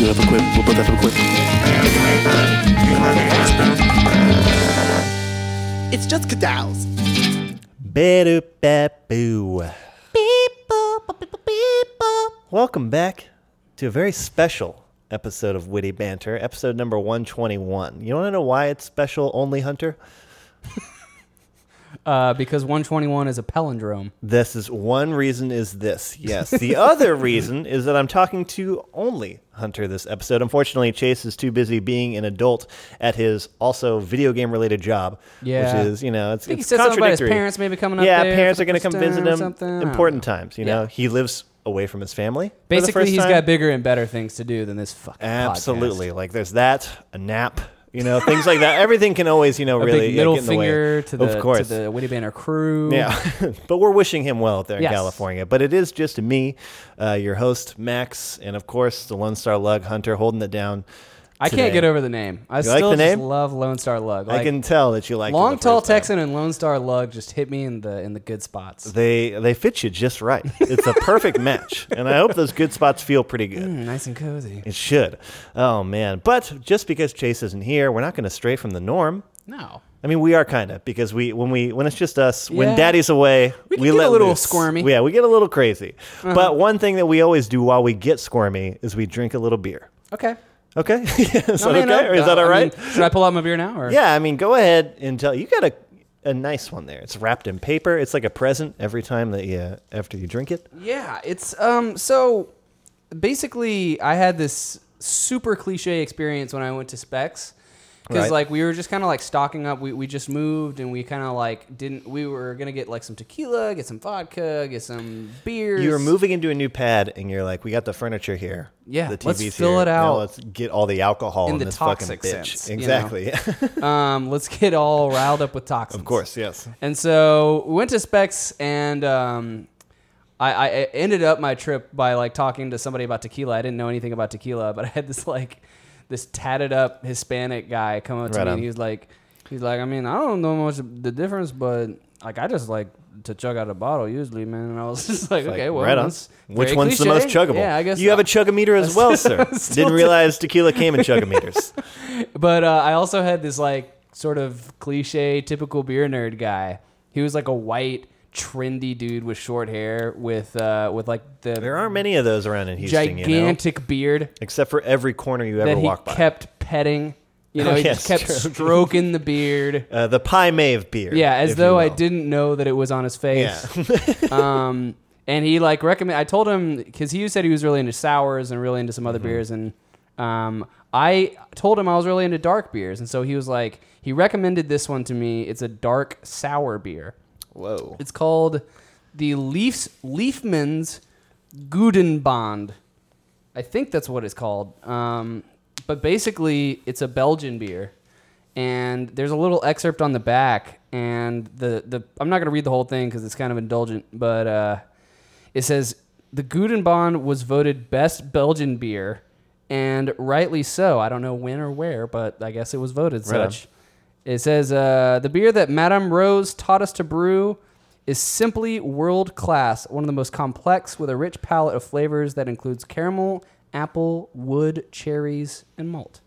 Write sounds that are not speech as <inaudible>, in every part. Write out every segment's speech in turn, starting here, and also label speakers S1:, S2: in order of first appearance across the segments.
S1: we'll put that through quick. It's just cadals.
S2: Ba-do-ba-boo. Welcome back to a very special episode of Witty Banter, episode number 121. You want to know why it's special, only Hunter?
S3: Uh, because 121 is a palindrome.
S2: This is one reason is this. Yes. The
S3: <laughs>
S2: other reason is that I'm talking to only Hunter this episode. Unfortunately, Chase is too busy being an adult at his also video game related job,
S3: Yeah.
S2: which is, you know, it's,
S3: I think he
S2: it's
S3: said something about his
S2: contradictory.
S3: parents maybe coming up
S2: Yeah,
S3: there
S2: parents
S3: for
S2: are going to
S3: the
S2: come
S3: first
S2: visit
S3: time or
S2: him
S3: something. I don't
S2: important
S3: know.
S2: times, you
S3: Yeah.
S2: know. He lives away from his family. for the
S3: Basically,
S2: first
S3: he's
S2: time.
S3: got bigger and better things to do than this fucking
S2: Absolutely. Like there's that, a nap, you know, things like that. Everything can always, you know,
S3: podcast. A
S2: really
S3: big
S2: yeah,
S3: middle
S2: get in the way.
S3: finger to the
S2: of course.
S3: to the Witty Banner crew.
S2: yeah, <laughs> but we're wishing him well out there in
S3: Yes.
S2: California. But it is just me, uh, your host Max, and of course the Lone Star Lug Hunter holding it down.
S3: I
S2: today.
S3: can't get over the name. I
S2: like
S3: still
S2: the name?
S3: just love Lone Star Lug. Like,
S2: I can tell that you like
S3: long, tall
S2: Texan.
S3: Texan and Lone Star Lug just hit me in the in the good spots.
S2: They they fit you just right. It's a
S3: <laughs>
S2: perfect match, and I hope those good spots feel pretty good.
S3: Mm, nice and cozy.
S2: It should. Oh man! But just because Chase isn't here, we're not going to stray from the norm.
S3: No,
S2: I mean, we are kind of because we when we when it's just us when
S3: Yeah.
S2: Daddy's away, we,
S3: We can get
S2: let
S3: a little
S2: loose.
S3: squirmy. Uh-huh.
S2: Yeah, we get a little crazy. But one thing that we always do while we get squirmy is we drink a little beer.
S3: okay.
S2: Okay, <laughs> is
S3: No,
S2: that okay?
S3: no, no.
S2: Or is that
S3: Uh,
S2: all
S3: I
S2: right?
S3: mean, should I pull out my beer now? Or?
S2: yeah, I mean, go ahead and tell. You got a a nice one there. It's wrapped in paper. It's like a present every time that you after you drink it.
S3: Yeah, it's um so basically I had this super cliche experience when I went to Specs because
S2: Right.
S3: like we were just kind of like stocking up. We we just moved and we kind of like didn't. We were gonna get like some tequila, get some vodka, get some beers.
S2: You were moving into a new pad, and you're like, "We got the furniture here.
S3: Yeah,
S2: the TV's
S3: let's
S2: here.
S3: fill it
S2: Now
S3: out
S2: let's get all the alcohol in,
S3: in the
S2: this fucking
S3: toxic
S2: bitch."
S3: sense, you know?
S2: exactly. <laughs>
S3: Um, let's get all riled up with toxins.
S2: of course, yes.
S3: And so we went to Specs, and um, I, I ended up my trip by like talking to somebody about tequila. I didn't know anything about tequila, but <laughs> I had this like this tatted up Hispanic guy come up to
S2: Right
S3: me,
S2: on.
S3: and he was like, he's like, I mean, I don't know much of the difference, but like I just like to chug out a bottle usually, man. And I was <laughs> just like,
S2: Like,
S3: okay, well,
S2: right on.
S3: that's
S2: Which
S3: very
S2: one's the most
S3: cliche.
S2: chuggable?
S3: Yeah, I guess
S2: you have a chugometer as <laughs> well, sir.
S3: Still
S2: Didn't realize tequila came in chugometers.
S3: But uh, I also had this like sort of cliche, typical beer nerd guy. He was like a white, trendy dude with short hair, with uh, with like the
S2: <laughs> there aren't many of those around in Houston, you know,
S3: gigantic beard
S2: except for every corner you ever
S3: that he
S2: walk by.
S3: kept petting. You know,
S2: <laughs> Oh,
S3: he
S2: yeah,
S3: just kept
S2: stroking.
S3: stroking the beard.
S2: uh, the pie Mave beer.
S3: Yeah, as
S2: if
S3: though
S2: you
S3: I
S2: will.
S3: didn't know that it was on
S2: <laughs>
S3: his
S2: Yeah,
S3: face. um, and he like recommend. I told him because he said he was really into sours and really into some other beers, and um, I told him I was really into dark beers, and so he was like, he recommended this one to me. It's a dark sour beer.
S2: whoa.
S3: It's called the Leafs Leafman's Gudenbond. I think that's what it's called. Um, but basically, it's a Belgian beer, and there's a little excerpt on the back, and the the I'm not gonna read the whole thing because it's kind of indulgent, but uh, it says the Gudenbond was voted best Belgian beer, and rightly so. I don't know when or where, but I guess it was voted
S2: Right on.
S3: such. It says uh, the beer that Madame Rose taught us to brew is simply world class, one of the most complex, with a rich palette of flavors that includes caramel, apple, wood, cherries, and malt.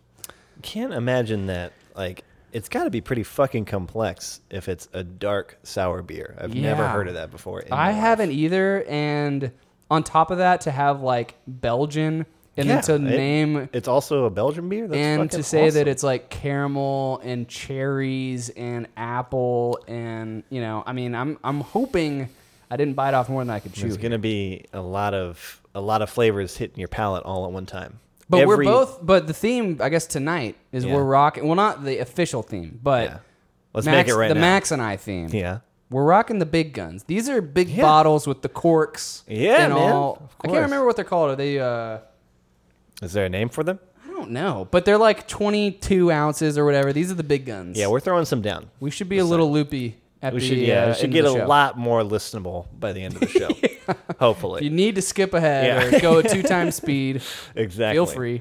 S2: Can't imagine that. Like, it's got to be pretty fucking complex if it's a dark sour beer. I've never
S3: Yeah.
S2: heard of that before. in my
S3: I
S2: life.
S3: haven't either, and on top of that, to have like Belgian and
S2: Yeah,
S3: then to
S2: it-
S3: name
S2: It's also a Belgian beer. That's
S3: and
S2: fucking
S3: to say that
S2: awesome.
S3: it's like caramel and cherries and apple and you know, I mean, I'm I'm hoping I didn't bite off more than I could chew.
S2: There's going to be a lot of a lot of flavors hitting your palate all at one time.
S3: But we're
S2: Every-
S3: both. But the theme, I guess, tonight is
S2: Yeah.
S3: we're rocking. Well, not the official theme, but
S2: Yeah. Let's
S3: Max,
S2: make it right
S3: the
S2: now.
S3: Max and I theme.
S2: Yeah.
S3: we're rocking the big guns. These are big
S2: Yeah.
S3: bottles with the corks.
S2: Yeah,
S3: and
S2: man.
S3: all.
S2: Of
S3: I
S2: course.
S3: can't remember what they're called. Are they? uh
S2: Is there a name for them?
S3: I don't know, but they're like 22 ounces or whatever. These are the big guns.
S2: Yeah, we're throwing some down.
S3: we should be a little loopy at
S2: We
S3: the
S2: should yeah,
S3: uh,
S2: we should
S3: end
S2: get
S3: of
S2: a
S3: the show.
S2: lot more listenable by the end of the
S3: <laughs>
S2: show.
S3: If you
S2: Hopefully.
S3: need to skip ahead
S2: Yeah. <laughs>
S3: or go at two times speed,
S2: Exactly.
S3: feel free.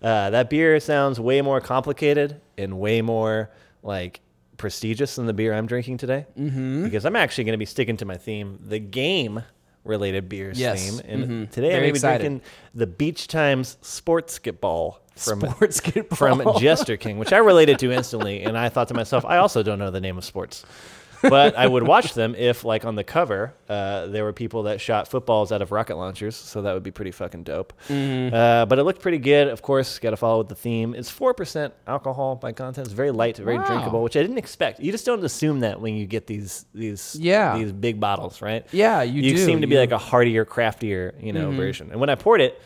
S2: Uh, that beer sounds way more complicated and way more like prestigious than the beer I'm drinking today. Mm-hmm. Because I'm actually going to be sticking to my theme. The game related beers
S3: Yes.
S2: theme. And
S3: Mhm.
S2: today
S3: Very
S2: I'm going to be
S3: excited.
S2: drinking the Beach Times Sports Skitball <laughs> from
S3: Sports get
S2: <laughs>
S3: <laughs>
S2: from
S3: ball.
S2: Jester King, which I related to instantly, and I thought to myself, I also don't know the name of sports. but I would watch them if, like on the cover, uh, there were people that shot footballs out of rocket launchers, so that would be pretty fucking dope.
S3: Mm-hmm.
S2: Uh, but it looked pretty good. Of course, got to follow with the theme. It's four percent alcohol by content. It's very light, very
S3: Wow.
S2: drinkable, which I didn't expect. You just don't assume that when you get these these
S3: Yeah.
S2: these big bottles, right?
S3: Yeah, you do.
S2: seem to be
S3: You-
S2: like
S3: Mm-hmm.
S2: a heartier, craftier, you know, version. And when I poured it,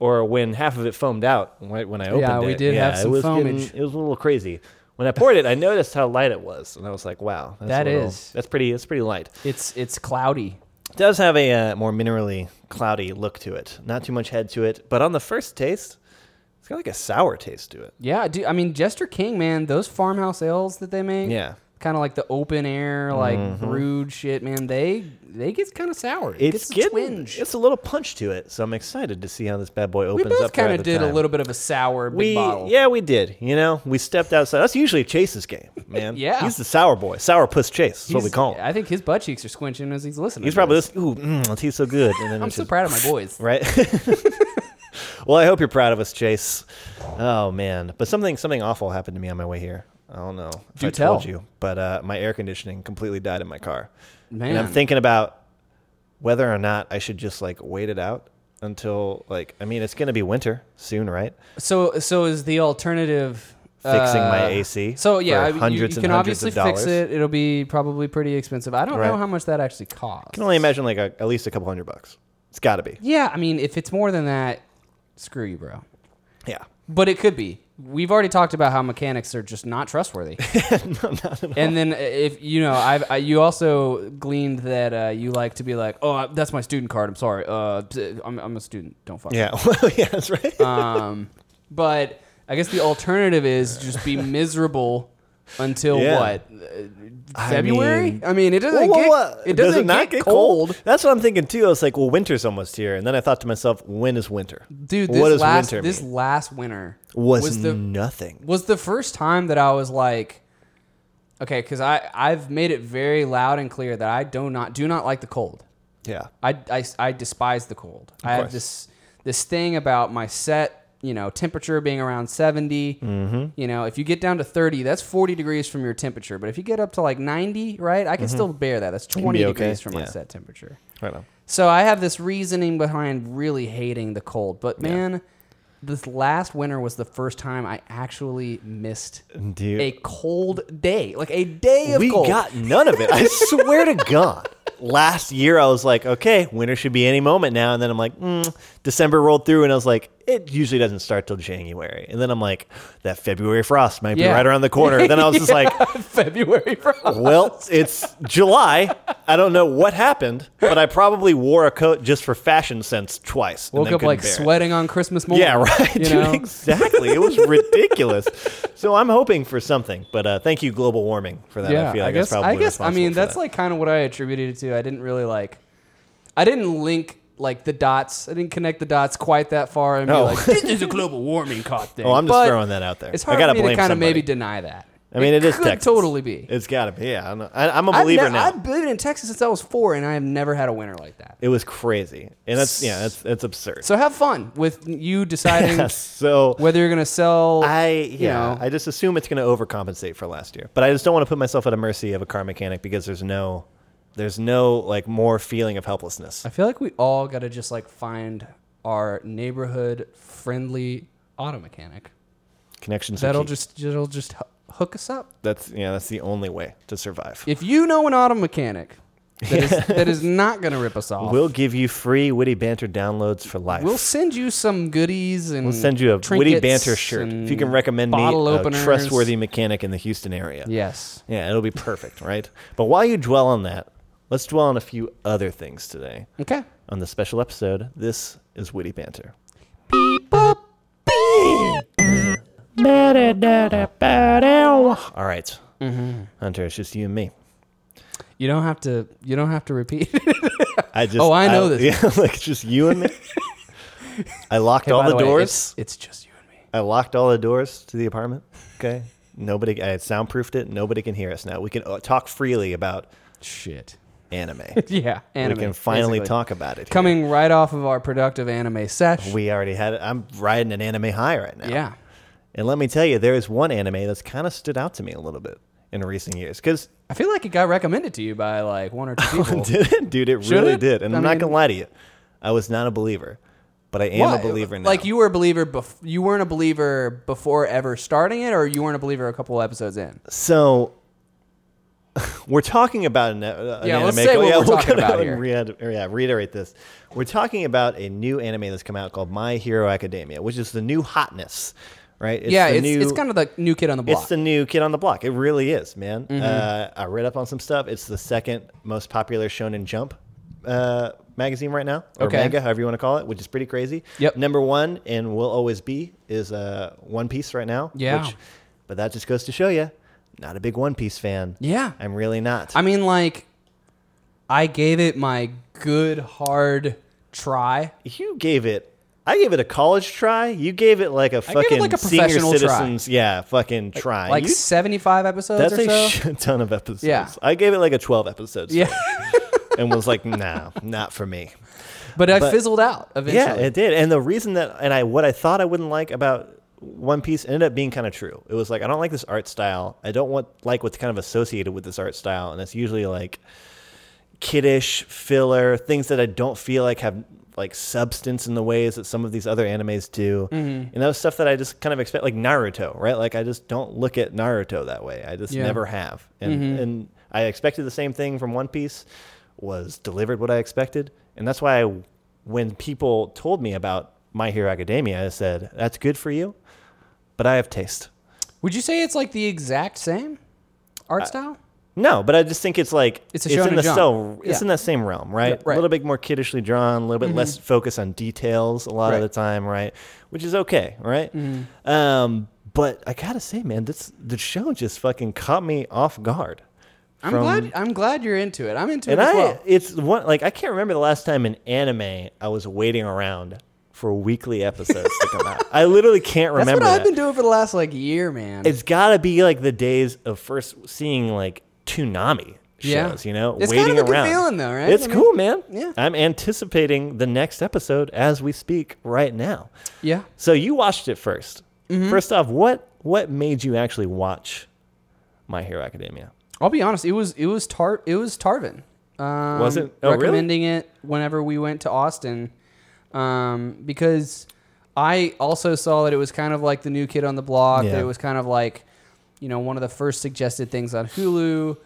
S2: or when half of it foamed out, right when I opened
S3: Yeah,
S2: it,
S3: we did have
S2: it
S3: some
S2: was getting-
S3: foamage.
S2: it was a little crazy. When I poured it, I noticed how light it was, and I was like, "Wow, that's
S3: That
S2: a little-
S3: is.
S2: that's pretty. It's pretty light.
S3: It's it's cloudy.
S2: It does have a uh, more minerally, cloudy look to it. Not too much head to it, but on the first taste, it's got like a sour taste to it.
S3: Yeah, dude, I mean Jester King, man, those farmhouse ales that they make,
S2: Yeah. Mm-hmm.
S3: kind of like the open air, like brewed shit, man. They they get kind of sour. It
S2: It's
S3: gets a
S2: getting,
S3: twinge.
S2: it's a little punch to it, so I'm excited to see how this bad boy
S3: we
S2: opens
S3: both
S2: up. throughout
S3: kind
S2: the
S3: of did a
S2: time.
S3: little bit of a sour big
S2: We
S3: bottle.
S2: yeah, we did. You know, we stepped outside. That's usually Chase's
S3: <laughs>
S2: game, man.
S3: Yeah.
S2: he's the sour boy, sour puss Chase. That's what we
S3: He's-
S2: call him.
S3: I think his butt cheeks are squinching as he's listening.
S2: He's
S3: to
S2: probably
S3: this.
S2: listening. Ooh, mm, it tastes so good. And then
S3: I'm
S2: it's
S3: so
S2: just-
S3: proud
S2: <laughs>
S3: of my boys.
S2: right? well, I hope you're proud of us, Chase. Oh man, but something something awful happened to me on my way here. I don't know if
S3: Do
S2: I
S3: tell.
S2: told you, but uh, my air conditioning completely died in my car,
S3: Man,
S2: and I'm thinking about whether or not I should just like wait it out until like I mean it's going to be winter soon, right?
S3: so so is the alternative
S2: Fixing my
S3: uh,
S2: AC
S3: So yeah,
S2: for
S3: I mean, you-
S2: hundreds
S3: you,
S2: and
S3: can
S2: hundreds
S3: obviously
S2: of
S3: fix
S2: dollars.
S3: it. It'll be probably pretty expensive. I don't know
S2: Right.
S3: how much that actually costs.
S2: I can only imagine like a, at least a couple hundred bucks. It's got to be.
S3: Yeah, I mean, if it's more than that, screw you, bro.
S2: Yeah.
S3: But it could be. We've already talked about how mechanics are just
S2: <laughs>
S3: not trustworthy. and then uh, if you know, I've, I you also gleaned that uh, you like to be like, oh, that's my student card. I'm sorry. Uh, I'm, I'm a student. Don't fuck.
S2: Yeah. <laughs> Well, yeah, that's right.
S3: Um, but I guess the alternative is just be miserable until
S2: Yeah.
S3: what Uh,
S2: I
S3: February? I mean,
S2: mean-
S3: it doesn't
S2: Whoa,
S3: get
S2: whoa, whoa.
S3: it
S2: Does
S3: doesn't
S2: not
S3: get, cold.
S2: That's what I'm thinking too. I was like, well, winter's almost here, and then I thought to myself, when is winter,
S3: Dude,
S2: what
S3: this
S2: does
S3: last
S2: winter
S3: this
S2: mean?
S3: last winter
S2: Was,
S3: the
S2: nothing.
S3: was the first time that I was like, okay, because I I've made it very loud and clear that I do not do not like the cold.
S2: Yeah.
S3: I, I, I despise the cold. I have
S2: course.
S3: this this thing about my set, you know, temperature being around 70.
S2: Mm-hmm.
S3: You know, if you get down to 30, that's 40 degrees from your temperature. But if you get up to like 90, right, I can still bear that. That's 20
S2: Mm-hmm. okay.
S3: degrees from my
S2: Yeah.
S3: set temperature.
S2: Right on.
S3: So I have this reasoning behind really hating the cold. But man, this last winter was the first time I actually missed
S2: Dude.
S3: a cold day, like a day of
S2: we
S3: cold.
S2: got none of it. I swear to God. Last year, I was like, okay, winter should be any moment now. And then I'm like, mm. December rolled through, and I was like, it usually doesn't start till January. And then I'm like, that February frost might
S3: Yeah.
S2: be right around the corner. Then I was just like,
S3: <laughs> February frost.
S2: well, it's July. I don't know what happened, but I probably wore a coat just for fashion sense twice. and
S3: Woke
S2: then
S3: up
S2: couldn't
S3: like
S2: bear it.
S3: sweating on Christmas morning.
S2: Yeah, <laughs> right.
S3: <laughs> You
S2: dude,
S3: know?
S2: Exactly. It was ridiculous. so I'm hoping for something, but uh, thank you, global warming, for that. I feel like that's probably
S3: I guess. I
S2: responsible
S3: mean,
S2: for
S3: that's
S2: that.
S3: like kind of what I attributed it to. I didn't really like. I didn't link like the dots. I didn't connect the dots quite that far and
S2: Oh. <laughs>
S3: be like, "This is a global warming caught thing."
S2: Oh, I'm just
S3: But
S2: throwing that out there.
S3: It's
S2: I
S3: hard
S2: gotta
S3: for me to
S2: blame
S3: kind of
S2: somebody.
S3: maybe deny that.
S2: I mean, it is
S3: could
S2: Texas.
S3: totally be.
S2: It's got to be. Yeah, I'm, I, am a believer
S3: I've, ne-
S2: now.
S3: I've been in Texas since I was four, and I have never had a winter like that.
S2: It was crazy, and that's yeah, that's that's absurd.
S3: So have fun with you deciding
S2: so
S3: whether you're gonna sell.
S2: <laughs> I
S3: you
S2: yeah,
S3: know,
S2: I just assume it's going to overcompensate for last year, but I just don't want to put myself at a mercy of a car mechanic because there's no, there's no like more feeling of helplessness.
S3: I feel like we all got to just like find our neighborhood friendly auto mechanic.
S2: Connections. are
S3: That'll
S2: key.
S3: just that'll just h- hook us up.
S2: that's yeah, that's the only way to survive.
S3: If you know an auto mechanic
S2: <laughs>
S3: that is, that is not going to rip us off, we'll,
S2: We'll give you free witty banter downloads for life.
S3: send you some goodies and we'll
S2: send you a witty banter shirt if you can recommend me
S3: bottle
S2: a
S3: openers.
S2: trustworthy mechanic in the Houston area.
S3: Yes.
S2: Yeah, it'll be perfect, right? But while you dwell on that, let's dwell on a few other things today.
S3: Okay.
S2: On this special episode, this is Witty Banter. All right.
S3: Mm-hmm.
S2: Hunter, it's just you and me.
S3: You don't have to. You don't have to repeat. <laughs>
S2: I just
S3: Oh, I know this.
S2: <laughs> Yeah, like it's just you and me.
S3: <laughs>
S2: I locked all
S3: By
S2: the,
S3: way,
S2: doors.
S3: it's, it's just you and me.
S2: I locked all the doors to the apartment. Okay. Nobody I soundproofed it. Nobody can hear us now. We can uh, talk freely about
S3: Shit.
S2: anime.
S3: yeah, <laughs> anime.
S2: we can finally
S3: basically.
S2: talk about it. here.
S3: Coming right off of our productive anime sesh.
S2: We already had it. I'm riding an anime high right now.
S3: yeah.
S2: And let me tell you, there is one anime that's kind of stood out to me a little bit in recent years. Because,
S3: I feel like it got recommended to you by like one or
S2: <laughs>
S3: two <laughs> people.
S2: dude, it
S3: Should
S2: really
S3: it?
S2: did. And I
S3: I
S2: am not
S3: mean-
S2: going to lie to you. I was not a believer, but I am
S3: Why?
S2: a believer now.
S3: Like you were a believer bef- you weren't a believer before ever starting it or you weren't a believer a couple episodes in.
S2: So <laughs> we're talking about an, uh, an
S3: Yeah,
S2: anime.
S3: let's say what
S2: yeah,
S3: we're
S2: we'll
S3: talking
S2: go
S3: about
S2: and
S3: here.
S2: read- or, yeah, reiterate this. We're talking about a new anime that's come out called My Hero Academia, which is the new hotness, right?
S3: yeah,
S2: the
S3: it's
S2: new-
S3: it's kind of the new kid on the block. Mm-hmm.
S2: it's the new kid on the block. It really is, man. Uh, I read up on some stuff. It's the second most popular Shonen Jump uh, magazine right now, or
S3: Okay.
S2: manga, however you want to call it, which is pretty crazy.
S3: Yep.
S2: Number one and will always be is uh, One Piece right now.
S3: Yeah.
S2: but that just goes to show you, not a big One Piece fan.
S3: Yeah.
S2: I'm really not.
S3: I mean like I gave it my good hard try.
S2: you gave it. I gave it a college try. You gave it like a
S3: it
S2: fucking
S3: like a
S2: senior
S3: professional try.
S2: citizens, yeah, fucking try.
S3: Like
S2: You-
S3: 75 episodes
S2: that's
S3: or
S2: a
S3: so.
S2: shit ton of episodes.
S3: Yeah.
S2: I gave it like a twelve episodes.
S3: yeah. <laughs>
S2: and was like, "Nah, not for me."
S3: but I
S2: But-
S3: fizzled out
S2: Yeah,
S3: eventually.
S2: it did. And the reason that and I what I thought I wouldn't like about One Piece ended up being kind of true. It was like I don't like this art style. I don't want like what's kind of associated with this art style, and it's usually like kiddish filler things that I don't feel like have like substance in the ways that some of these other animes do. And that was stuff that I just kind of expect like Naruto, right? Like I just don't look at Naruto that way. I just
S3: Yeah.
S2: never have. And and I expected the same thing from One Piece was delivered what I expected. And that's why I, when people told me about My Hero Academia, I said, "That's good for you, but I have taste."
S3: Would you say it's like the exact same
S2: Uh,
S3: art style?
S2: No, but I just think it's like
S3: It's a
S2: in
S3: Shonen
S2: the
S3: Jump.
S2: so it's
S3: Yeah.
S2: in that same realm, right?
S3: right. Mm-hmm.
S2: A little bit more kiddishly drawn, a little bit less focus on details a lot
S3: Right. Mm-hmm.
S2: of the time, right? Which is okay, right? Um, but I gotta say, man, this the show just fucking caught me off guard.
S3: I'm
S2: from-
S3: glad I'm glad you're into it. I'm into
S2: and
S3: it
S2: I
S3: as well.
S2: it's one like I can't remember the last time in anime I was waiting around for weekly episodes to come
S3: <laughs>
S2: out. I literally can't
S3: That's
S2: remember.
S3: what I've
S2: that.
S3: been doing for the last like year, man.
S2: It's gotta be like the days of first seeing like Toonami shows,
S3: Yeah.
S2: you know,
S3: It's kind
S2: waiting
S3: of a good
S2: around.
S3: feeling though, right?
S2: It's
S3: I mean,
S2: cool, man.
S3: yeah.
S2: I'm anticipating the next episode as we speak right now.
S3: yeah.
S2: So you watched it 1st
S3: Mm-hmm.
S2: First off, what what made you actually watch My Hero Academia?
S3: I'll be honest. It was it was tar it was Tarvin. Um,
S2: Was it? Oh, really?
S3: recommending it whenever we went to Austin, um, because I also saw that it was kind of like the new kid on the block.
S2: Yeah.
S3: That it was kind of like, you know, one of the first suggested things on Hulu,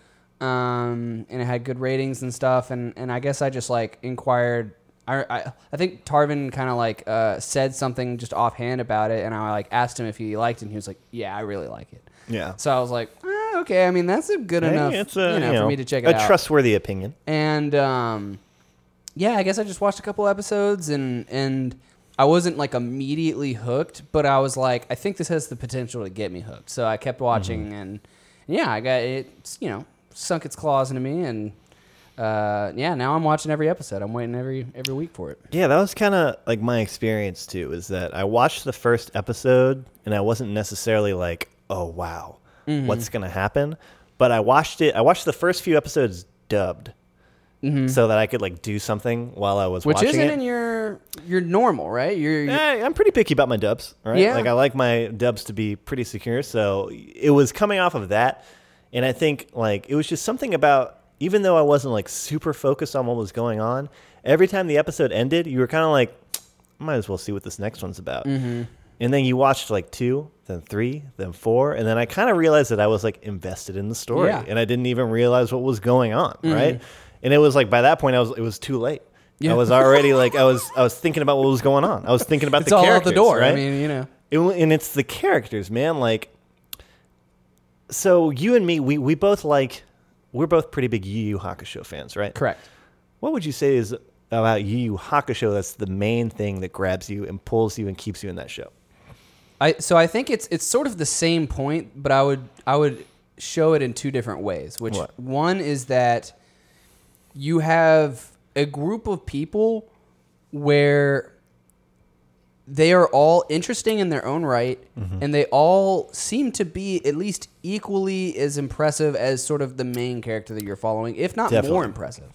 S3: um, and it had good ratings and stuff. And and I guess I just like inquired. I, I, I think Tarvin kind of like uh, said something just offhand about it, and I like asked him if he liked it, and he was like, "Yeah, I really like it."
S2: Yeah.
S3: So I was like, "Ah, okay. I mean, that's a good
S2: Hey,
S3: enough,
S2: it's
S3: you
S2: a,
S3: know,
S2: you
S3: for
S2: know,
S3: me to check it
S2: a
S3: out.
S2: trustworthy opinion.
S3: and um, yeah, I guess I just watched a couple episodes, and and I wasn't like immediately hooked, but I was like, I think this has the potential to get me hooked. So I kept watching, and yeah, I got it. You know, sunk its claws into me, and uh, yeah, now I'm watching every episode. I'm waiting every every week for it.
S2: Yeah, that was kind of like my experience too. Is that I watched the first episode and I wasn't necessarily like, "Oh wow,
S3: Mm-hmm.
S2: what's gonna happen?" But I watched it. I watched the first few episodes dubbed, so that I could like do something while I was
S3: Mm-hmm. Which
S2: watching
S3: isn't
S2: it.
S3: in your your normal, right? Your your-
S2: Eh, I'm pretty picky about my dubs, right?
S3: Yeah.
S2: Like I like my dubs to be pretty secure. So it was coming off of that, and I think like it was just something about even though I wasn't like super focused on what was going on, every time the episode ended, you were kind of like, might as well see what this next one's about.
S3: Mm-hmm.
S2: And then you watched like two, then three, then four, and then I kind of realized that I was like invested in the story,
S3: Yeah.
S2: and I didn't even realize what was going on, right? And it was like by that point, I was it was too late.
S3: Mm-hmm. Yeah.
S2: I was already
S3: <laughs>
S2: like I was I was thinking about what was going on. I was thinking about
S3: it's
S2: the
S3: all out
S2: characters,
S3: the door.
S2: right?
S3: I mean, you know.
S2: It w- and it's the characters, man. Like, so you and me, we we both like we're both pretty big Yu Yu Hakusho fans, right?
S3: Correct.
S2: What would you say is about Yu Yu Hakusho that's the main thing that grabs you and pulls you and keeps you in that show?
S3: I so I think it's it's sort of the same point, but I would I would show it in two different ways. Which
S2: What?
S3: one is that you have a group of people where they are all interesting in their own right,
S2: Mm-hmm.
S3: and they all seem to be at least equally as impressive as sort of the main character that you're following, if not more
S2: Definitely.
S3: impressive.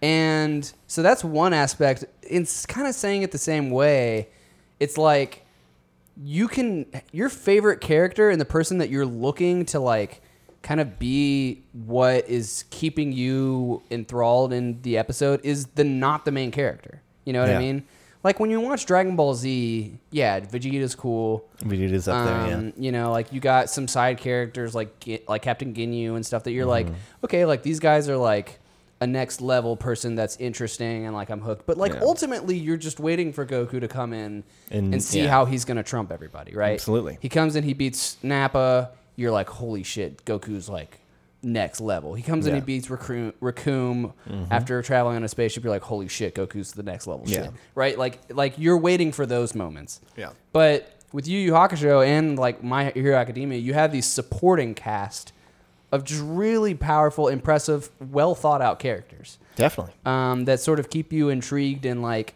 S3: And so that's one aspect. It's kind of saying it the same way. It's like you can your favorite character and the person that you're looking to like kind of be what is keeping you enthralled in the episode is the not the main character. You know what I
S2: Yeah.
S3: mean? Like when you watch Dragon Ball Z, yeah, Vegeta's cool.
S2: Vegeta's up there, yeah.
S3: Um, You know, like you got some side characters like Gi- like Captain Ginyu and stuff that you're like,
S2: Mm-hmm.
S3: okay, like these guys are like a next level person that's interesting and like I'm hooked. But like
S2: Yeah.
S3: ultimately, you're just waiting for Goku to come in and,
S2: And-
S3: see
S2: yeah.
S3: how he's gonna trump everybody, right?
S2: Absolutely.
S3: He comes in, he beats Nappa. You're like, holy shit, Goku's like next level. He comes in, he
S2: Yeah. Mm-hmm.
S3: beats Raccoon, Raccoon after traveling on a spaceship. You're like, holy shit, Goku's the next level
S2: Yeah.
S3: shit, right? Like, like you're waiting for those moments.
S1: Yeah.
S3: But with Yu Yu Hakusho and like My Hero Academia, you have these supporting cast of just really powerful, impressive, well thought out characters
S2: Definitely.
S3: um, that sort of keep you intrigued and like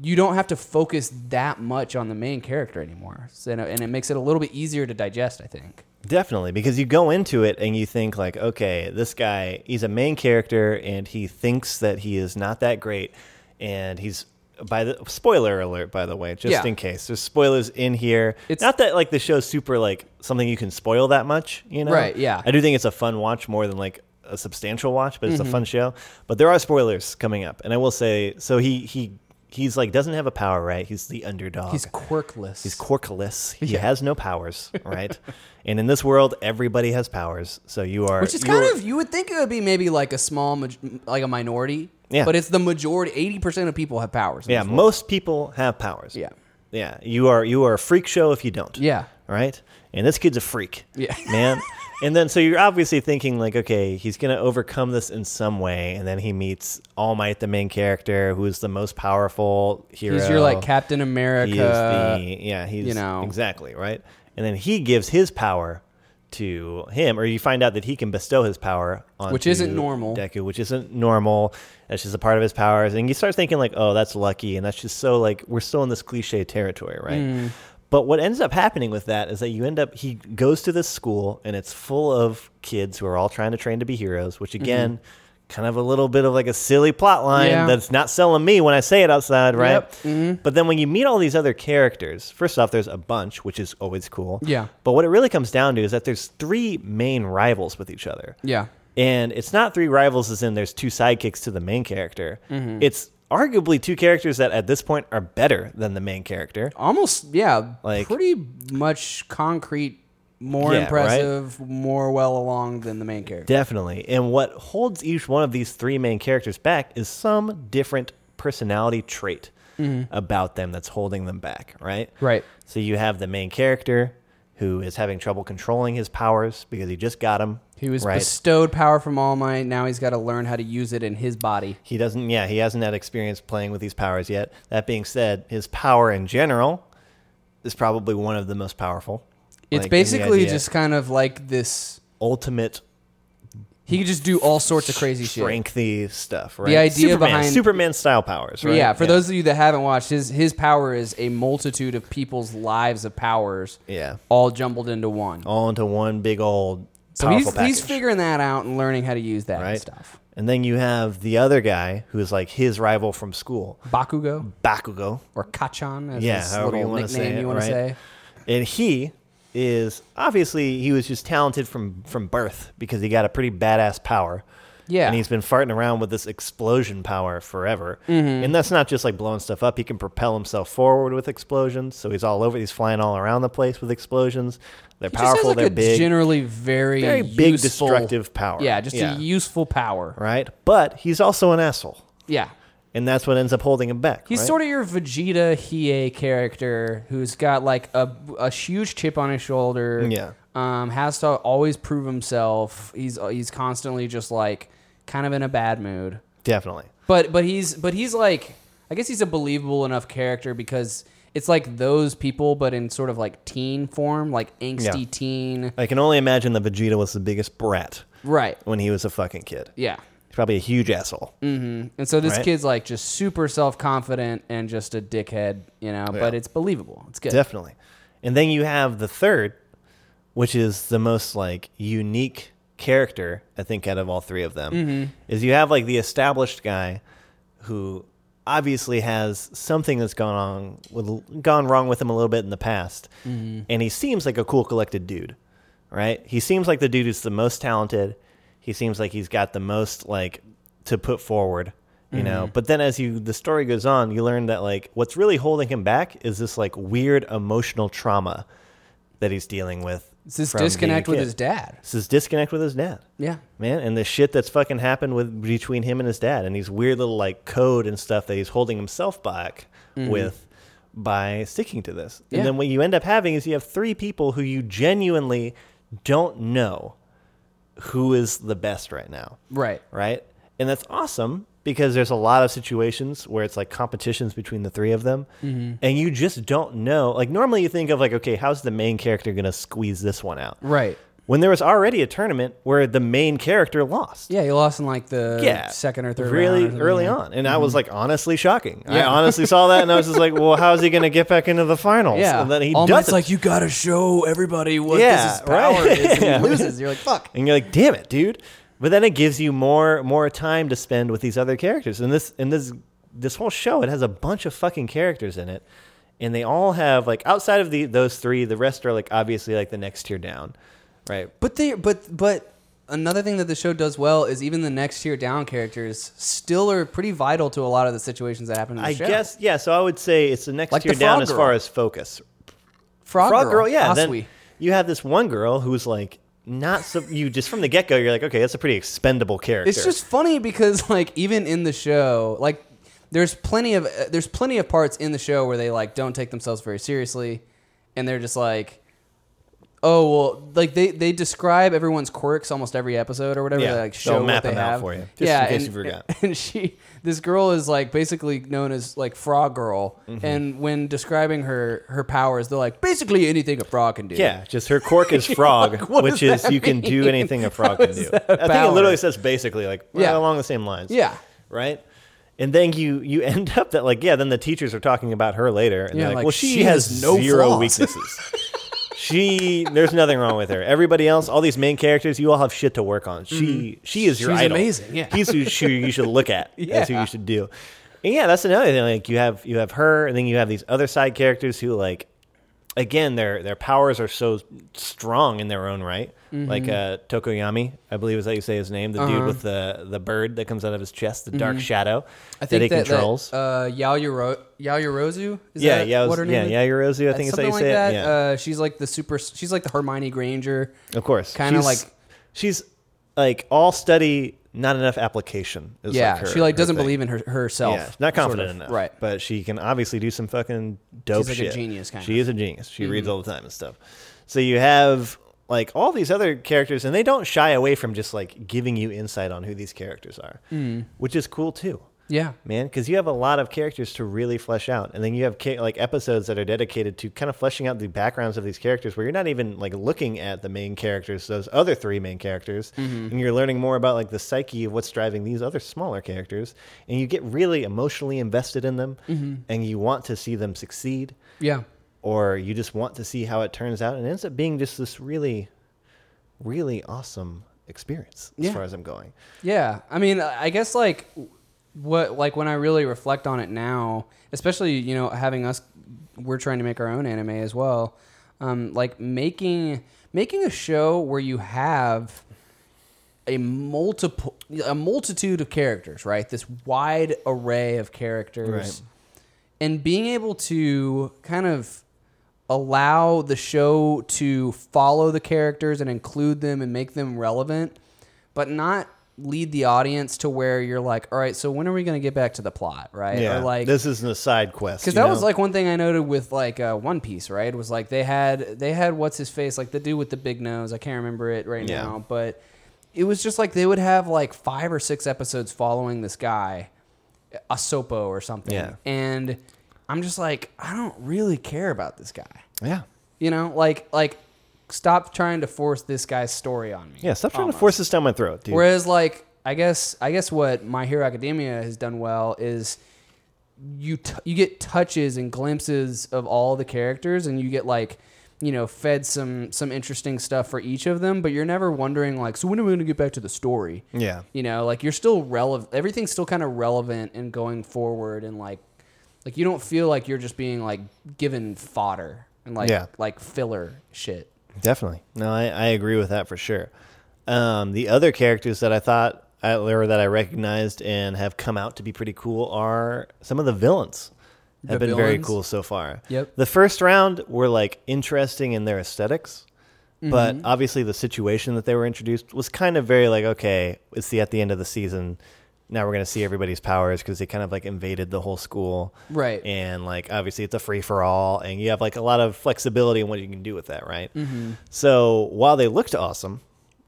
S3: you don't have to focus that much on the main character anymore. So, and, and it makes it a little bit easier to digest, I think.
S2: Definitely, because you go into it and you think like, okay, this guy, he's a main character and he thinks that he is not that great, and he's by the spoiler alert, by the way, just
S3: Yeah.
S2: in case there's spoilers in here.
S3: It's-
S2: It's not that like the show's super like something you can spoil that much, you know?
S3: Right, yeah.
S2: I do think it's a fun watch more than like a substantial watch, but it's
S3: Mm-hmm.
S2: a fun show. But there are spoilers coming up, and I will say, so he he he's like doesn't have a power, right? He's the underdog.
S3: He's quirkless.
S2: He's quirkless. He has no powers, right?
S3: <laughs>
S2: and in this world, everybody has powers. So you are,
S3: which is
S2: you
S3: kind
S2: are-
S3: of you would think it would be maybe like a small maj- like a minority,
S2: Yeah.
S3: But it's the majority. Eighty percent of people have powers. in
S2: yeah.
S3: this world.
S2: Most people have powers.
S3: Yeah.
S2: yeah. You are you are a freak show if you don't.
S3: Yeah.
S2: right. And this kid's a freak.
S3: Yeah. <laughs>
S2: man. And then so you're obviously thinking like, okay, he's gonna overcome this in some way. And then he meets All Might, the main character, who is the most powerful hero.
S3: He's your like Captain America.
S2: He is the yeah. He's
S3: you know.
S2: exactly right. And then he gives his power to him, or you find out that he can bestow his power on
S3: Which isn't normal.
S2: Deku, which isn't normal. That's just a part of his powers, and you start thinking like, oh, that's lucky, and that's just so like we're still in this cliche territory, right?
S3: Hmm.
S2: But what ends up happening with that is that you end up he goes to this school and it's full of kids who are all trying to train to be heroes,
S3: Mm-hmm.
S2: which again, kind of a little bit of like a silly plot line
S3: Yeah.
S2: that's not selling me when I say it outside, right?
S3: Yep. Mm-hmm.
S2: But then when you meet all these other characters, first off, there's a bunch, which is always cool.
S3: Yeah.
S2: But what it really comes down to is that there's three main rivals with each other.
S3: Yeah.
S2: And it's not three rivals as in there's two sidekicks to the main character.
S3: Mm-hmm.
S2: It's arguably two characters that at this point are better than the main character.
S3: Almost yeah.
S2: Like-
S3: pretty much concrete. More
S2: Yeah, right?
S3: impressive, more well along than the main character.
S2: Definitely. And what holds each one of these three main characters back is some different personality trait about them that's holding them back, right?
S3: Mm-hmm. Right.
S2: So you have the main character who is having trouble controlling his powers because he just got them.
S3: He was
S2: right.
S3: bestowed power from All Might. Now he's got to learn how to use it in his body.
S2: he doesn't. Yeah, he hasn't had experience playing with these powers yet. That being said, his power in general is probably one of the most powerful. Like,
S3: It's
S2: in the
S3: basically
S2: idea,
S3: just kind of like this.
S2: ultimate
S3: He could just do all sorts of crazy shit.
S2: strengthy stuff. Right.
S3: idea
S2: Superman,
S3: behind-
S2: Superman style powers. Right?
S3: Yeah, for those of you that haven't watched, his his power is a multitude of people's lives of powers,
S2: Yeah.
S3: all jumbled into one.
S2: all into one big old
S3: so
S2: powerful
S3: he's he's
S2: package,
S3: figuring that out and learning how to use that and
S2: right?
S3: stuff.
S2: And then you have the other guy who is like his rival from school,
S3: Bakugo
S2: Bakugo,
S3: or Kachan as
S2: Yeah,
S3: his
S2: however
S3: little
S2: you wanna
S3: nickname
S2: say it,
S3: you want
S2: right?
S3: to say.
S2: and he is obviously he was just talented from from birth because he got a pretty badass power.
S3: Yeah.
S2: and he's been farting around with this explosion power forever.
S3: Mm-hmm.
S2: And that's not just like blowing stuff up. He can propel himself forward with explosions, so he's all over. He's flying all around the place with explosions. They're
S3: He just has,
S2: powerful.
S3: like,
S2: they're
S3: a
S2: big.
S3: generally very
S2: Very big
S3: useful-
S2: destructive power.
S3: Yeah, just
S2: Yeah.
S3: a useful power.
S2: right? But he's also an asshole,
S3: Yeah.
S2: and that's what ends up holding him back.
S3: He's
S2: right?
S3: sort of your Vegeta Hiei character who's got like a, a huge chip on his shoulder.
S2: Yeah.
S3: Um, has to always prove himself. He's uh, he's constantly just like kind of in a bad mood.
S2: definitely
S3: But but he's but he's like I guess he's a believable enough character because it's like those people but in sort of like teen form, like angsty
S2: Yeah.
S3: teen.
S2: I can only imagine that Vegeta was the biggest brat
S3: Right.
S2: when he was a fucking kid.
S3: Yeah. Mm.
S2: probably a huge asshole.
S3: And so this
S2: Right.
S3: kid's like just super self confident and just a dickhead, you know. But it's believable. It's good.
S2: Definitely. And then you have the third, which is the most like unique character, I think, out of all three of them. Is you have like the established guy who obviously has something that's gone on with gone wrong with him a little bit in the past. And he seems like a cool collected dude. Right? He seems like the dude who's the most talented. He seems like he's got the most like to put forward you know but then as you the story goes on you learn that like what's really holding him back is this like weird emotional trauma that he's dealing with
S3: It's this
S2: from being a
S3: disconnect with
S2: kid.
S3: his dad.
S2: it's this disconnect with his dad
S3: Yeah.
S2: man and the shit that's fucking happened with between him and his dad and these weird little like code and stuff that he's holding himself back with by sticking to this
S3: Mm-hmm. Yeah.
S2: and then what you end up having is you have three people who you genuinely don't know who is the best right now
S3: Right.
S2: right? And that's awesome because there's a lot of situations where it's like competitions between the three of them,
S3: Mm-hmm.
S2: and you just don't know. Like normally, you think of like, okay, how's the main character gonna squeeze this one out?
S3: Right.
S2: When there was already a tournament where the main character lost.
S3: Yeah, he lost in like the
S2: Yeah,
S3: second or third
S2: really
S3: round or something,
S2: early
S3: yeah.
S2: on, and I was like, honestly shocking. I
S3: Yeah.
S2: honestly saw that, and I was just like, well, how's he gonna get back into the finals?
S3: Yeah,
S2: and then he
S3: All Might's
S2: doesn't.
S3: like you gotta show everybody what
S2: Yeah,
S3: this is power
S2: right?
S3: is, and
S2: Yeah.
S3: he
S2: <laughs>
S3: loses. You're like fuck.
S2: and you're like, damn it, dude. But then it gives you more more time to spend with these other characters. And this and this this whole show, it has a bunch of fucking characters in it. And they all have like outside of the those three, the rest are like obviously like the next tier down. Right.
S3: But they, but but another thing that the show does well is even the next tier down characters still are pretty vital to a lot of the situations that happen in the
S2: I
S3: show.
S2: guess yeah, so I would say it's the next
S3: Like the
S2: tier down
S3: Frog
S2: as
S3: Girl.
S2: far as focus.
S3: Frog,
S2: Frog Girl, yeah.
S3: Asui.
S2: Then you have this one girl who's like not so you just from the get go, you're like, okay, that's a pretty expendable character.
S3: It's just funny because <laughs> like even in the show, like there's plenty of uh, there's plenty of parts in the show where they like don't take themselves very seriously, and they're just like, oh well, like they they describe everyone's quirks almost every episode or whatever.
S2: Yeah,
S3: they like
S2: they'll
S3: show
S2: map
S3: what they
S2: them out
S3: have
S2: for you, just in
S3: yeah,
S2: case
S3: and,
S2: you forgot.
S3: <laughs> And she, this girl is like basically known as like Frog Girl,
S2: Mm-hmm.
S3: and when describing her her powers, they're like basically anything a frog can do.
S2: Yeah, just her quirk is
S3: <laughs>
S2: frog,
S3: what
S2: which
S3: does
S2: is
S3: that
S2: you can do
S3: mean?
S2: anything
S3: <laughs>
S2: a frog can do. I think it
S3: power?
S2: literally says basically like well,
S3: Yeah.
S2: along the same lines.
S3: Yeah.
S2: Right? And then you you end up that like yeah, then the teachers are talking about her later and
S3: Yeah,
S2: they're like,
S3: like,
S2: "Well, she,
S3: she
S2: has
S3: has no
S2: zero
S3: flaws." <laughs>
S2: weaknesses." she there's nothing wrong with her. Everybody else, all these main characters, you all have shit to work on. She she is your
S3: Mm-hmm. She's
S2: idol.
S3: amazing, yeah.
S2: He's who who you should look
S3: <laughs>
S2: at. That's who
S3: Yeah.
S2: you should do. And yeah, that's another thing. Like you have you have her and then you have these other side characters who like again their their powers are so strong in their own right
S3: Mm-hmm.
S2: like uh tokoyami i believe is how you say his name the
S3: Uh-huh.
S2: dude with the the bird that comes out of his chest the dark shadow
S3: Mm-hmm. I think
S2: that he
S3: that,
S2: controls
S3: that uh, Yaoyoro, Yaoyorozu is
S2: Yeah,
S3: that
S2: Yao-
S3: what her
S2: yeah,
S3: name is? Uh,
S2: Yaoyorozu, I think is how
S3: something
S2: you
S3: like
S2: say it,
S3: that.
S2: yeah.
S3: Uh, she's like the super. She's like the Hermione Granger.
S2: of course
S3: kinda
S2: She's-
S3: like-
S2: she's like all study not enough application is
S3: yeah,
S2: like her,
S3: she like
S2: her
S3: doesn't
S2: thing.
S3: believe in her, herself.
S2: yeah, not confident
S3: sort of.
S2: enough
S3: Right.
S2: but she can obviously do some fucking dope
S3: She's like a
S2: shit
S3: genius, Mm-hmm. kind
S2: she
S3: of.
S2: is a genius she reads all the time and stuff so you have like all these other characters and they don't shy away from just like giving you insight on who these characters are
S3: Mm.
S2: which is cool too
S3: yeah.
S2: man because you have a lot of characters to really flesh out and then you have ca- like episodes that are dedicated to kind of fleshing out the backgrounds of these characters where you're not even like looking at the main characters those other three main characters
S3: Mm-hmm.
S2: and you're learning more about like the psyche of what's driving these other smaller characters and you get really emotionally invested in them
S3: Mm-hmm.
S2: and you want to see them succeed
S3: Yeah.
S2: or you just want to see how it turns out and it ends up being just this really really awesome experience as
S3: Yeah.
S2: far as i'm going
S3: Yeah, I mean, I guess like what like when I really reflect on it now, especially you know having us, we're trying to make our own anime as well. Um, like making making a show where you have a multiple a multitude of characters, right? This wide array of characters,
S2: Right.
S3: and being able to kind of allow the show to follow the characters and include them and make them relevant, but not lead the audience to where you're like, all right, so when are we going to get back to the plot, right?
S2: yeah
S3: Or like
S2: this isn't a side quest
S3: because
S2: you
S3: that was
S2: know?
S3: like one thing I noted with like uh, One Piece, right? Was like they had they had what's his face, like the dude with the big nose. I can't remember it right
S2: Yeah.
S3: now, but it was just like they would have like five or six episodes following this guy, a Sopo or something.
S2: Yeah.
S3: And I'm just like, I don't really care about this guy.
S2: yeah
S3: You know, like like stop trying to force this guy's story on me.
S2: Yeah, stop trying
S3: almost.
S2: to force this down my throat, dude.
S3: Whereas like I guess I guess what My Hero Academia has done well is you t- you get touches and glimpses of all the characters and you get like you know fed some some interesting stuff for each of them but you're never wondering like so when are we going to get back to the story
S2: Yeah.
S3: you know like you're still relevant everything's still kind of relevant and going forward and like like you don't feel like you're just being like given fodder and like
S2: Yeah.
S3: like filler shit
S2: Definitely. No, I, I agree with that for sure. Um, the other characters that I thought I, or that I recognized and have come out to be pretty cool are some of the villains. Have
S3: The
S2: been very
S3: villains?
S2: cool so far.
S3: Yep.
S2: The first round were like interesting in their aesthetics, but
S3: Mm-hmm.
S2: obviously the situation that they were introduced was kind of very like okay, it's the at the end of the season. Now we're gonna see everybody's powers because they kind of like invaded the whole school,
S3: Right.
S2: and like obviously it's a free for all and you have like a lot of flexibility in what you can do with that right so while they looked awesome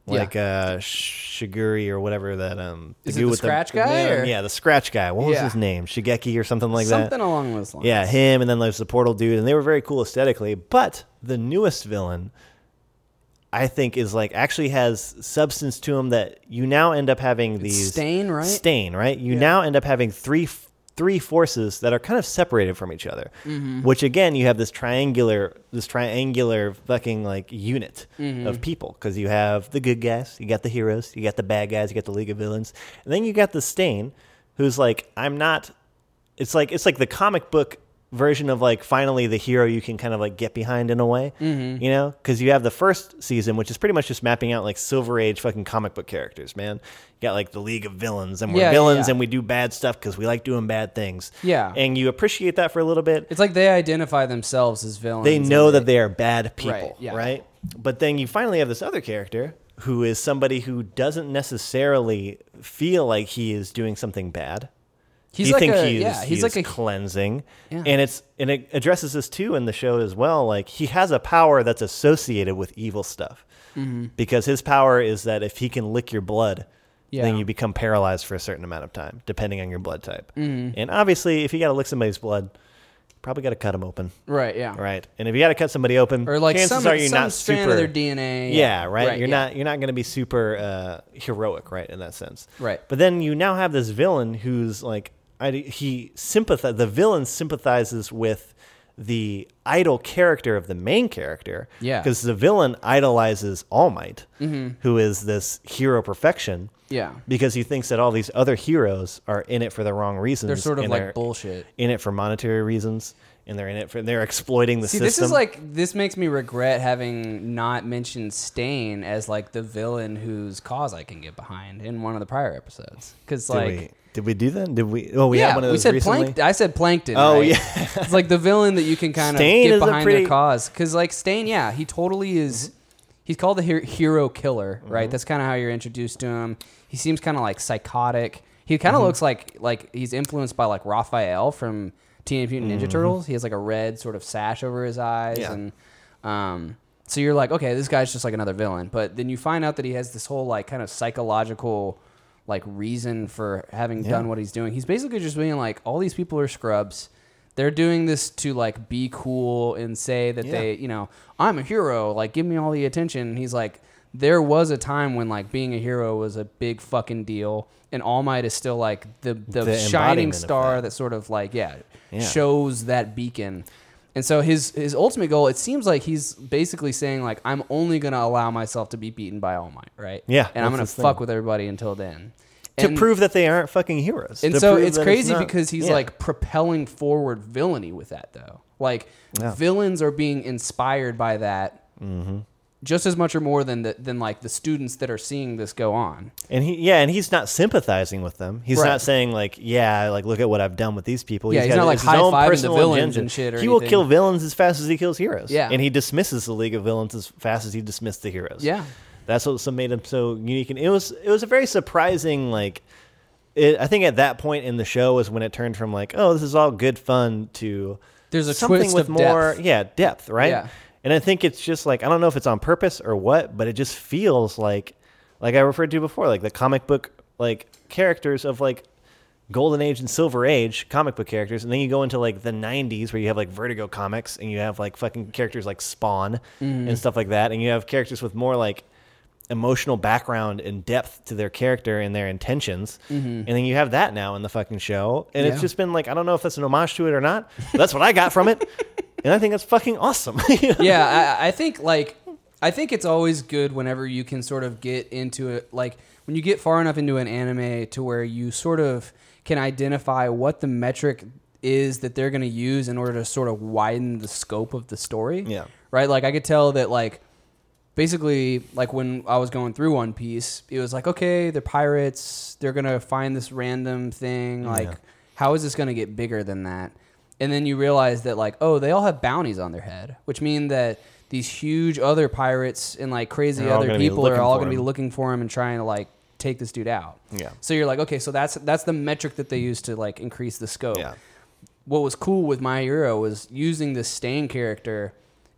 S3: Mm-hmm. Yeah.
S2: like uh shiguri or whatever that um
S3: Is
S2: dude
S3: it the
S2: with
S3: scratch guy, or-
S2: yeah the scratch guy what was
S3: Yeah.
S2: his name shigeki or something like
S3: something
S2: that
S3: along those lines
S2: yeah him and then there's the portal dude and they were very cool aesthetically but the newest villain I think is like actually has substance to him that you now end up having these
S3: Stain, right?
S2: Stain, right? You now end up having three three forces that are kind of separated from each other.
S3: Mm-hmm.
S2: Which again, you have this triangular this triangular fucking like unit
S3: Mm-hmm.
S2: of people because you have the good guys, you got the heroes, you got the bad guys, you got the League of Villains, and then you got the Stain, who's like, I'm not. It's like it's like the comic book version of like finally the hero you can kind of like get behind in a way
S3: Mm-hmm.
S2: you know because you have the first season which is pretty much just mapping out like silver age fucking comic book characters man you got like the league of villains and we're
S3: Yeah, yeah,
S2: villains
S3: yeah.
S2: and we do bad stuff because we like doing bad things
S3: Yeah.
S2: and you appreciate that for a little bit
S3: it's like they identify themselves as villains
S2: they
S3: and
S2: know that they are bad people, right,
S3: Right, yeah.
S2: But then you finally have this other character who is somebody who doesn't necessarily feel like he is doing something bad.
S3: He's
S2: you
S3: like
S2: think
S3: a-
S2: he is,
S3: yeah,
S2: he
S3: he's
S2: is
S3: like a-
S2: cleansing,
S3: Yeah.
S2: and it's and it addresses this too in the show as well. Like he has a power that's associated with evil stuff
S3: Mm-hmm.
S2: because his power is that if he can lick your blood.
S3: Yeah.
S2: Then you become paralyzed for a certain amount of time, depending on your blood type.
S3: Mm-hmm.
S2: And obviously, if you got to lick somebody's blood, probably got to cut them open.
S3: right yeah
S2: Right. And if you got to cut somebody open,
S3: or like
S2: chances
S3: some,
S2: are you're
S3: some
S2: not
S3: strand
S2: super.
S3: of their DNA.
S2: yeah, right. you're
S3: yeah.
S2: not you're not going to be super uh, heroic, right? In that sense.
S3: Right.
S2: But then you now have this villain who's like I, he sympathize the villain sympathizes with the idol character of the main character.
S3: Yeah. Mm-hmm.
S2: Because the villain idolizes All Might, who is this hero perfection.
S3: Yeah.
S2: Because he thinks that all these other heroes are in it for the wrong reasons.
S3: They're sort of
S2: and
S3: like bullshit.
S2: in it for monetary reasons, and they're in it for they're exploiting the
S3: See,
S2: system.
S3: this is like this makes me regret having not mentioned Stain as like the villain whose cause I can get behind in one of the prior episodes. Because
S2: did
S3: like,
S2: we, did we do that? Did we? Oh, we
S3: yeah,
S2: had one of
S3: we
S2: those
S3: said
S2: recently.
S3: Plankton. I said Plankton.
S2: Oh,
S3: right?
S2: yeah.
S3: it's like the villain that you can kind
S2: Stain
S3: of
S2: is
S3: get
S2: a
S3: behind
S2: pretty- Mm-hmm.
S3: their cause. Because like Stain, yeah, he totally is. He's called the he- hero killer, right? That's kind of how you're introduced to him. He seems kind of like psychotic. He kind
S2: Mm-hmm.
S3: of looks like like he's influenced by like Raphael from Teenage Mutant Ninja Turtles. He has like a red sort of sash over his eyes,
S2: Mm-hmm. Yeah.
S3: and um, so you're like, okay, this guy's just like another villain. But then you find out that he has this whole like kind of psychological like reason for having done what he's doing. He's basically just being like, all these people are scrubs. They're doing this to like be cool and say that they, you know, I'm a hero. Like, give me all the attention. And he's like, there was a time when like being a hero was a big fucking deal, and All Might is still like the the,
S2: The
S3: shining
S2: embodiment of
S3: star
S2: that.
S3: that sort of like yeah,
S2: Yeah.
S3: shows that beacon. And so his his ultimate goal, it seems like he's basically saying like I'm only gonna allow myself to be beaten by All Might, right?
S2: Yeah,
S3: and
S2: that's
S3: I'm gonna
S2: his thing.
S3: fuck with everybody until then.
S2: to
S3: And-
S2: prove that they aren't fucking heroes.
S3: and
S2: To
S3: so
S2: prove
S3: it's
S2: that
S3: crazy
S2: not-
S3: because he's
S2: yeah.
S3: like propelling forward villainy with that though. Like villains are being inspired by that
S2: Mm-hmm.
S3: just as much or more than the, than like the students that are seeing this go on.
S2: and he, yeah, and he's not sympathizing with them. He's
S3: Right.
S2: not saying like, yeah, like look at what I've done with these people.
S3: Yeah, he's
S2: got
S3: not, like,
S2: his own
S3: high-fiving the
S2: personal
S3: villains
S2: agenda.
S3: and shit or
S2: he will
S3: anything.
S2: kill villains as fast as he kills heroes.
S3: Yeah.
S2: and he dismisses the League of Villains as fast as he dismissed the heroes.
S3: Yeah.
S2: that's what some made him so unique. And it was it was a very surprising like. It, I think at that point in the show was when it turned from like, oh, this is all good fun to
S3: There's a
S2: something
S3: twist
S2: with
S3: of
S2: more,
S3: depth.
S2: yeah, depth, right?
S3: Yeah.
S2: And I think it's just like I don't know if it's on purpose or what, but it just feels like like I referred to before, like the comic book like characters of like Golden Age and Silver Age comic book characters, and then you go into like the '90s where you have like Vertigo comics, and you have like fucking characters like Spawn and stuff like that, and you have characters with more like emotional background and depth to their character and their intentions. And then you have that now in the fucking show. And
S3: Yeah.
S2: it's just been like, I don't know if that's an homage to it or not. But that's what I got from it. and I think that's fucking awesome. <laughs> You know?
S3: yeah, I, I think like I think it's always good whenever you can sort of get into it, like when you get far enough into an anime to where you sort of can identify what the metric is that they're going to use in order to sort of widen the scope of the story.
S2: Yeah.
S3: Right. Like I could tell that like basically like when I was going through One Piece, it was like okay, they're pirates. They're gonna find this random thing. Like how is this gonna get bigger than that? And then you realize that like oh, they all have bounties on their head, which mean that these huge other pirates and like crazy
S2: They're all
S3: other
S2: gonna be
S3: people are
S2: looking
S3: all
S2: for
S3: gonna be
S2: him.
S3: looking for him and trying to like take this dude out.
S2: Yeah.
S3: So you're like okay, so that's that's the metric that they use to like increase the scope
S2: Yeah.
S3: what was cool with My Hero was using the Stain character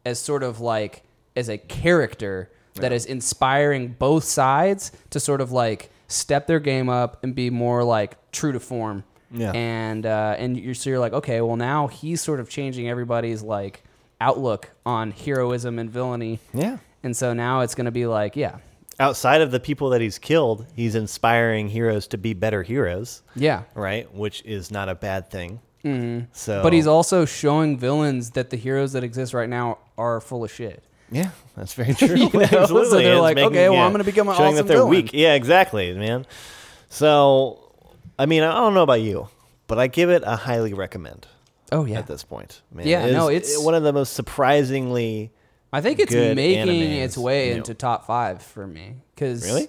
S3: as sort of like as a character that is inspiring both sides to sort of like step their game up and be more like true to form.
S2: Yeah.
S3: And uh, and you're so you're like okay, well now he's sort of changing everybody's like outlook on heroism and villainy.
S2: Yeah.
S3: And so now it's going to be like yeah.
S2: Outside of the people that he's killed, he's inspiring heroes to be better heroes,
S3: Yeah.
S2: right? Which is not a bad thing. Mm-hmm. So,
S3: But he's also showing villains that the heroes that exist right now are full of shit.
S2: Yeah, that's
S3: <laughs>
S2: very true.
S3: know? So
S2: <laughs> Absolutely.
S3: they're
S2: It's
S3: like,
S2: making-
S3: "Okay, well,
S2: yeah,
S3: I'm gonna become an
S2: showing
S3: awesome
S2: that they're
S3: villain."
S2: weak. Yeah, exactly, man. So, I mean, I don't know about you, but I give it a highly recommend
S3: Oh yeah.
S2: at this point. Man,
S3: Yeah,
S2: it is
S3: no, it's-
S2: one of the most surprisingly.
S3: I think it's
S2: good
S3: making
S2: animes,
S3: its way
S2: you know.
S3: into top five for me. Cause
S2: Really?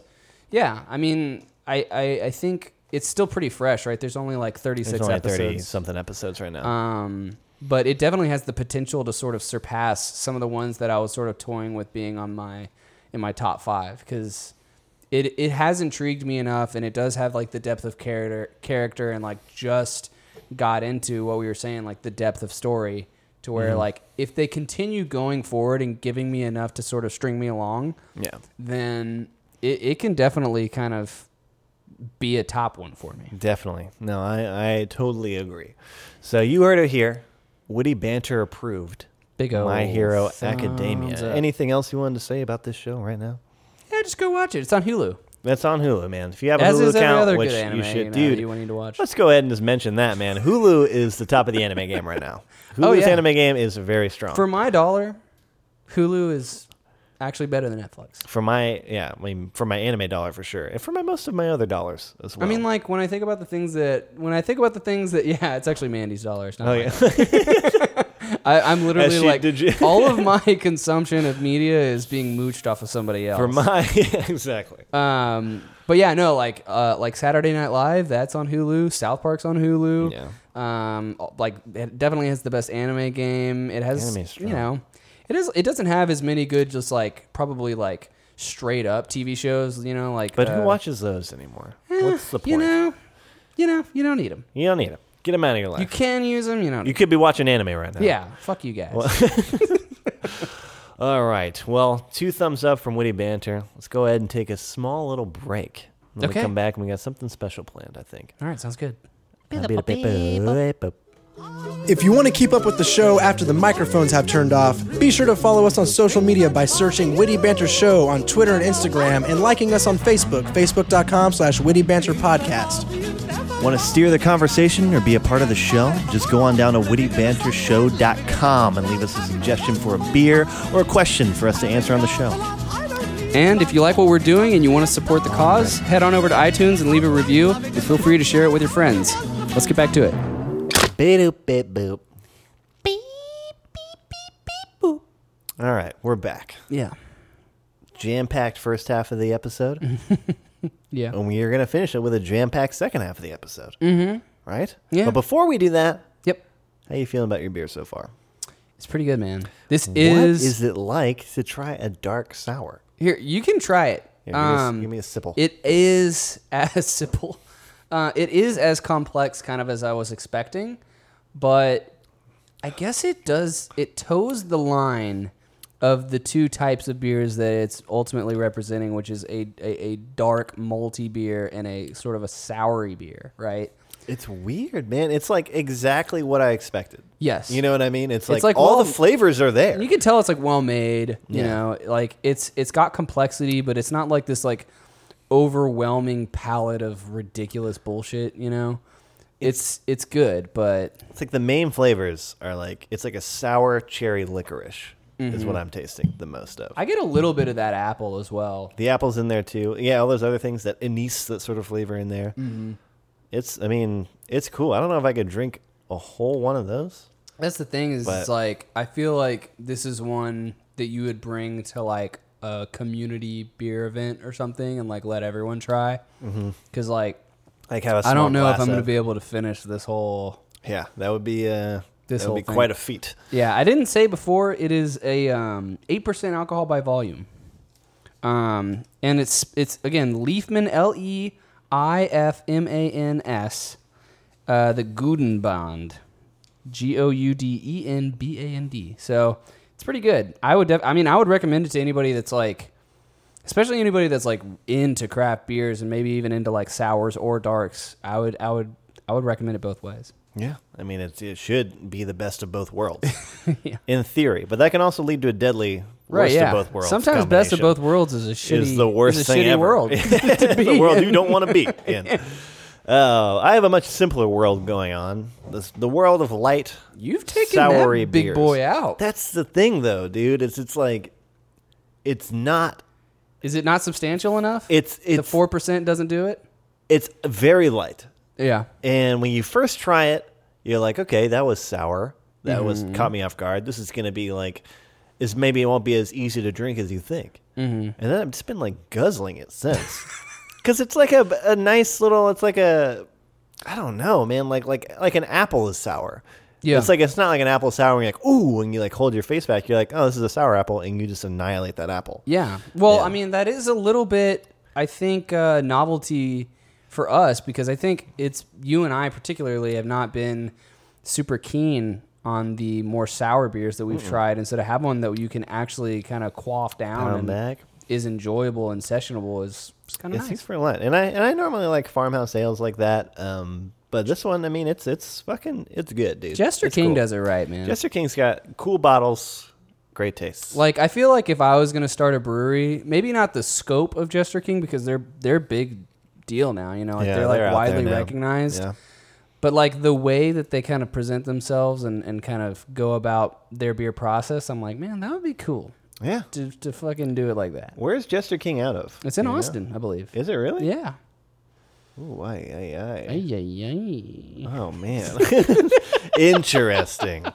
S3: Yeah, I mean, I, I I think it's still pretty fresh, right? There's only like 36
S2: There's only thirty
S3: episodes.
S2: something episodes right now.
S3: Um, but it definitely has the potential to sort of surpass some of the ones that I was sort of toying with being on my in my top five because it it has intrigued me enough, and it does have like the depth of character character and like just got into what we were saying like the depth of story to where
S2: Mm-hmm.
S3: like if they continue going forward and giving me enough to sort of string me along
S2: yeah,
S3: then it, it can definitely kind of be a top one for me
S2: definitely. No, I I totally agree. So you heard it here. Woody banter approved.
S3: big o
S2: My Hero
S3: thumbs
S2: Academia.
S3: up.
S2: Anything else you wanted to say about this show right now?
S3: Yeah, just go watch it. It's on Hulu.
S2: That's on Hulu, man. If you have a
S3: As
S2: Hulu
S3: is every
S2: account,
S3: other
S2: which
S3: good anime
S2: you should,
S3: you, know,
S2: dude,
S3: you need to watch.
S2: Let's go ahead and just mention that, man. Hulu is the top of the
S3: <laughs>
S2: anime game right now. Hulu's
S3: Oh, yeah.
S2: anime game is very strong.
S3: For
S2: For,
S3: my dollar, Hulu is actually better than Netflix.
S2: my yeah, I mean for my anime dollar for sure, and for my most of my other dollars as well.
S3: I mean, like when I think about the things that when I think about the things that <laughs> yeah, it's actually Mandy's dollar. It's not
S2: oh
S3: mine.
S2: yeah,
S3: <laughs> I, I'm literally
S2: As she-
S3: like
S2: did you-
S3: all
S2: <laughs>
S3: of my consumption of media is being mooched off of somebody else.
S2: for my <laughs> yeah, exactly.
S3: um, but yeah, no, like uh, like Saturday Night Live, that's on Hulu. South Park's on Hulu.
S2: Yeah.
S3: Um, like it definitely has the best anime game. It has
S2: Anime's
S3: you
S2: strong.
S3: know, it is. It doesn't have as many good just like probably like straight up TV shows. You know, like
S2: But who
S3: uh,
S2: watches those anymore?
S3: eh,
S2: What's the point?
S3: You know, you know, you don't need them.
S2: You don't need them. Get them out of your
S3: You
S2: life.
S3: can use them. You know,
S2: You could be watching anime right now.
S3: yeah. Fuck
S2: <laughs>
S3: you guys.
S2: All right. Well, two thumbs up from Witty Banter. Let's go ahead and take a small little break. Then
S3: Okay.
S2: we come back and we got something special planned, I think.
S3: All right, sounds good.
S1: If you want to keep up with the show after the microphones have turned off, be sure to follow us on social media by searching Witty Banter Show on Twitter and Instagram and liking us on Facebook, facebook.com slash witty banter podcast.
S2: Want to steer the conversation or be a part of the show? Just go on down to wittybantershow.com and leave us a suggestion for a beer or a question for us to answer on the show.
S3: And if you like what we're doing and you want to support the cause, head on over to iTunes and leave a review. And feel free to share it with your friends. Let's get back to it.
S2: Boop, boop, boop. All right, we're back.
S3: Yeah.
S2: Jam packed first half of the
S3: Mm-hmm.
S2: episode,
S3: Yeah.
S2: and we are going to finish it with a jam packed second half of the episode. Mm-hmm. Right?
S3: Yeah.
S2: But before we do that,
S3: Yep.
S2: how you feeling about your beer so far?
S3: It's pretty good, man. This
S2: what
S3: is,
S2: is it like to try a dark sour?
S3: here. You can try it.
S2: Here, give, me a-
S3: Um,
S2: give me a sipple.
S3: It is <laughs> as simple. Uh, it is as complex, kind of as I was expecting, but I guess it does. It toes the line of the two types of beers that it's ultimately representing, which is a a, a dark malty beer and a sort of a soury beer, right?
S2: It's weird, man. It's like exactly what I expected.
S3: Yes.
S2: You know what I mean? It's like,
S3: like,
S2: all
S3: well-
S2: the flavors are there.
S3: You can tell it's like well made. You
S2: Yeah.
S3: know, like it's it's got complexity, but it's not like this like overwhelming palette of ridiculous bullshit. You know, it's it's good, but
S2: It's like the main flavors are like it's like a sour cherry licorice is what I'm tasting the most of.
S3: Mm-hmm. I get a little bit of that apple as well.
S2: the apples in there too. Yeah, all those other things that anise that sort of flavor in there. It's I mean it's cool. I don't know if I could drink a whole one of those.
S3: That's the thing is,
S2: But-
S3: it's like I feel like this is one that you would bring to like a community beer event or something, and like let everyone try. Because like
S2: Like have Mm-hmm. a
S3: I
S2: small
S3: don't know if
S2: glass
S3: I'm going to
S2: of-
S3: be able to finish this whole
S2: Yeah, that would be uh,
S3: This
S2: that would
S3: whole
S2: be
S3: thing.
S2: quite a feat.
S3: Yeah, I didn't say before. It is a um, eight percent alcohol by volume, um, and it's it's again Leafman L E I F M A N S, uh, the Gudenband, G O U D E N B A N D. So it's pretty good. I would, def- I mean, I would recommend it to anybody that's like, especially anybody that's like into craft beers and maybe even into like sours or darks. I would, I would, I would recommend it both ways.
S2: Yeah, I mean it, it should be the best of both worlds
S3: <laughs> Yeah.
S2: in theory, but that can also lead to a deadly worst of both worlds.
S3: Sometimes best of
S2: combination.
S3: both worlds is a shitty
S2: is the worst
S3: is a
S2: thing
S3: shitty
S2: ever. <laughs>
S3: world. <laughs> to
S2: the
S3: be
S2: world
S3: in.
S2: you don't want to be in. Oh, I have a much simpler world going on. This, the world of light.
S3: You've taken
S2: soury
S3: that big
S2: beers.
S3: boy out.
S2: That's the thing, though, dude. It's it's like, it's not.
S3: Is it not substantial enough?
S2: It's
S3: the
S2: it's
S3: four percent doesn't do it.
S2: it's very light.
S3: Yeah,
S2: And when you first try it, you're like, okay, that was sour. That was caught me off guard. This is gonna be like, this maybe it won't be as easy to drink as you think. Mm-hmm. And then I've just been like guzzling it since, <laughs> because it's like a, a nice little. It's like a, I don't know, man. Like like like an apple is sour.
S3: Yeah.
S2: It's like it's not like an apple sour. And you're like, ooh, and you like hold your face back. You're like, oh, this is a sour apple, and you just annihilate that apple.
S3: yeah. Well,
S2: Yeah.
S3: I mean, that is a little bit. I think uh, novelty for us because I think it's you and I particularly have not been super keen on the more sour beers that we've tried, and so to have one that you can actually kind of quaff down
S2: Pound
S3: and
S2: back.
S3: is enjoyable and sessionable is, is kind of
S2: It's
S3: nice.
S2: nice for Lent, and I and I normally like farmhouse ales like that. Um, but this one, I mean, it's it's fucking it's good, dude.
S3: Jester
S2: It's
S3: King
S2: cool.
S3: does it right, man.
S2: Jester King's got cool bottles, great taste.
S3: like I feel like if I was gonna start a brewery, maybe not the scope of Jester King because they're they're big deal now, you know, like
S2: Yeah,
S3: they're like
S2: they're out there
S3: widely
S2: now.
S3: recognized.
S2: Yeah.
S3: But like the way that they kind of present themselves and, and kind of go about their beer process, I'm like, man, that would be cool
S2: yeah.
S3: to to fucking do it like that.
S2: Where's Jester King out of?
S3: It's in
S2: You know?
S3: Austin, I believe.
S2: Is it really?
S3: yeah.
S2: Ooh, aye, aye, aye.
S3: Ay, ay, ay.
S2: Oh
S3: <laughs>
S2: man. <laughs> Interesting.